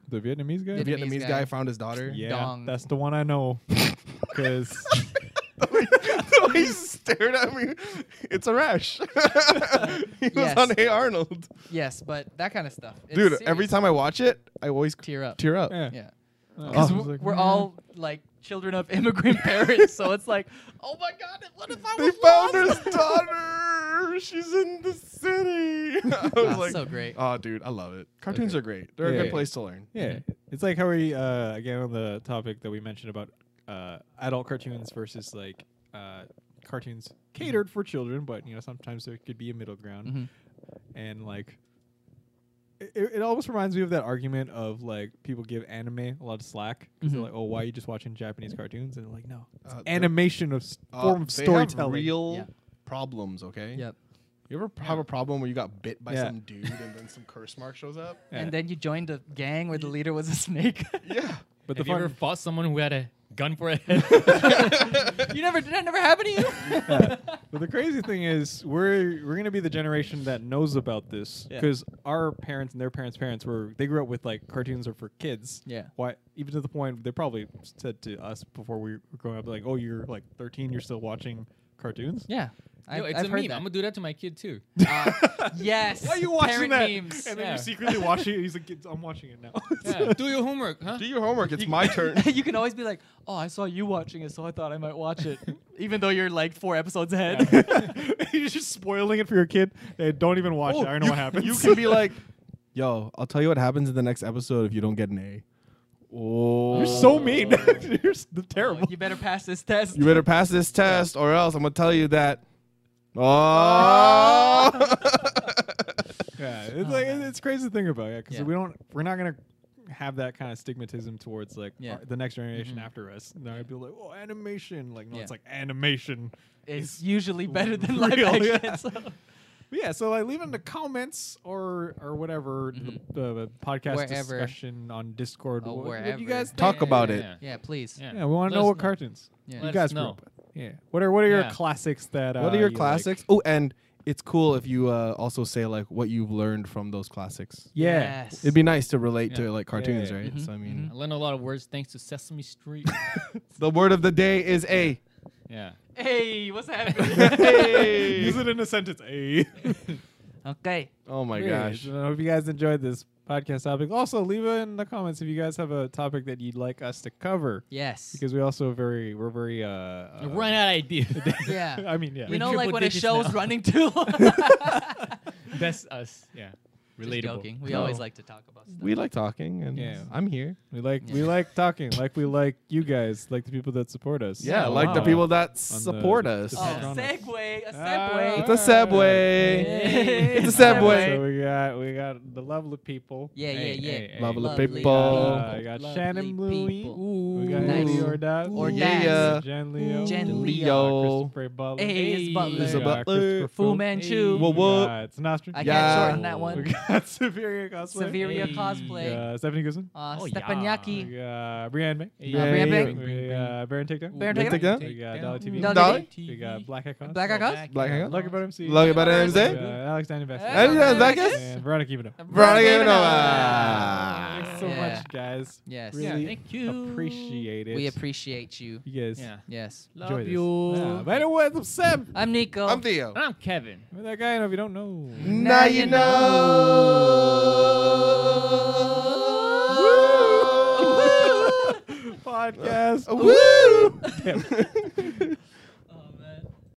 the Vietnamese guy.
The
Vietnamese
Vietnamese guy.
guy.
found his daughter. *laughs*
yeah,
Dong.
that's the one I know. *laughs* Because
the way he stared at me, it's a
*laughs*
rash. he was
Yes.
on Hey Arnold.
yes but that kind of stuff It's
Dude, every
serious.
time I watch it, I always cr-
tear up
tear up.
yeah, *laughs*
yeah
Uh,
Because
I
w-
was like,
we're
"Mm."
all like children of immigrant *laughs* parents so it's like oh my god what if i
They
was
found
lost?
his
*laughs*
daughter. She's in the
*laughs*
city. I was
Ah,
like,
so great
oh, dude, I love it.
Cartoons are great. They're
Yeah,
a good
yeah.
place to learn.
Yeah, it's like how we uh, again on the topic that we mentioned about uh, adult cartoons versus like uh, cartoons catered for children, but you know sometimes there could be a middle ground,
Mhm.
and like it, it almost reminds me of that argument of like people give anime a lot of slack because
Mhm.
Mm-hmm.
they're like, oh, why are you just watching Japanese cartoons? And they're like, no, it's
Uh, they're-
animation of s-
Uh,
form of
they have
storytelling.
real
Yeah.
problems, okay?
yep
You ever have a problem where you got bit by
Yeah.
some dude and then some curse mark shows up?
Yeah.
and then you joined a gang where the leader was a
*laughs*
snake
*laughs*
*laughs*
Yeah.
but the
Have you
*laughs*
ever
fun,
fought someone who had a gun *laughs* for a head?
you never did that never happened to you
But the crazy thing is, we're we're gonna be the generation that knows about this
Yeah.
because our parents and their parents' parents were they grew up with like cartoons are for kids.
Yeah.
Why? Even to the point they probably said to us before we were growing up, like, "Oh, you're like 13, you're still watching cartoons."
*laughs* yeah
Yo,
I,
it's
I've
a
heard
meme.
that.
I'm gonna do that to my kid too.
*laughs* Uh, yes.
Why are you watching
Parent
that?
Memes.
And then
Yeah.
you're
*laughs*
secretly watching it. He's like, "It's- "I'm watching it now." *laughs*
Yeah, do your homework, huh?
Do your homework. It's *laughs* my turn.
*laughs* you can always be like, "Oh, I saw you watching it, so I thought I might watch it," *laughs* even though you're like four episodes ahead.
*laughs* you're just spoiling it for your kid. They don't even watch it. I don't know what happens.
Oh, You can be like, yo, I'll tell you what happens in the next episode if you don't get an A. Oh.
*laughs* you're so mean. *laughs* you're s- terrible.
*laughs* you better pass this test.
You better pass this test or else I'm going to tell you *laughs* that. Oh.
Yeah, *laughs* it's like it's crazy to think about. Yeah, because
Oh, Yeah.
we don't, we're not gonna have that kind of stigmatism towards like
Yeah. Mm-hmm.
our- the next generation after us. And I'd be like, oh, animation. Like, no,
Yeah.
it's like animation.
It's usually better than
Real,
live action.
yeah.
so-
But yeah, so like leave it in the comments or or whatever the, the podcast
Mm-hmm. Wherever.
discussion on Discord.
Oh,
what- what
wherever.
you guys think?
Talk about it.
Yeah, please.
Yeah.
Yeah, we want
Let
to know
us
what cartoons
Yeah.
you
Let
guys
us
grew
know.
up with. Yeah, what are what are your
Yeah.
classics that?
What
uh,
are your
you like?
classics? Oh, and it's cool if you uh, also say like what you've learned from those classics.
Yeah,
Yes.
It'd be nice to relate
Yeah.
to like cartoons,
yeah. Mm-hmm.
right? So I mean,
I learned a lot of words thanks to Sesame Street.
the word of the day is A.
yeah.
Hey,
*laughs*
*laughs*
what's happening? *laughs*
use it in a sentence. *laughs* A.
okay.
Oh my
Yeah,
gosh.
so I hope you guys enjoyed this podcast topic. Also, leave it in the comments if you guys have a topic that you'd like us to cover.
Yes.
Because we also very we're very uh, uh
Run out of *laughs* ideas.
Yeah.
*laughs* I mean, yeah.
You know,
triple
like when a
digits
show's
now.
running *laughs* too.
*laughs* That's us. Yeah.
Just
Relatable.
joking. We
No.
always like to talk about stuff.
We like talking and
Yeah.
I'm here.
we like we like talking, like we like you guys, like the people that support us. Oh,
Yeah,
Yeah,
like the
wow.
people that
On the-
support us.
Oh,
Yeah.
segue, a
Ah.
segue.
It's a subway.
Hey.
Ah, It's a subway.
So we got we got the lovely people.
yeah, yeah,
Hey,
yeah.
hey, hey.
Lovely
Lovely
people.
Uh, we got
Lovely
Shannon Louie.
people.
We got
Nice.
Eddie Ordaz.
Or
Yeah.
dance.
Jen Leo.
Jen
Leo.
Christopher Butler.
Hey, it's Butler.
We
It's a
got
Butler.
Christopher
Fu
Fultz.
Manchu.
Whoa, whoa.
Uh, it's Nostra.
I
Yeah.
can't shorten
*laughs*
that
We
one.
got Superior Cosplay.
Severia
Hey.
cosplay.
Uh, Stephanie Guzman.
Uh,
Oh, yeah.
We
Stepanyaki.
got Brianne May.
Yeah,
Yeah,
Brian
yeah.
Beck.
We uh, Baron Takedown.
Baron
Takedown. Takedown.
We got Dollar TV.
Dollar
Dollar
We got Black Icon.
Black Icons?
Black Icons?
Lucky Butter MC.
Lucky Butter MC.
Uh, Alex Danny
Alex Danny Vasquez.
And Veronica Ivano.
Veronica
Ivanova.
Ivanova.
Thanks so
Yeah.
much, guys.
Yes.
Really
Yeah, thank you.
appreciate it.
We appreciate you.
you guys.
Yeah.
Yes.
Love
Enjoy this.
you.
Yeah. But anyway, I'm Sam.
I'm Nico.
I'm Theo.
And I'm Kevin.
I'm that guy, and if you don't know.
*laughs*
*laughs*
Now you
know.
podcast.
Woo! *laughs*
Damn.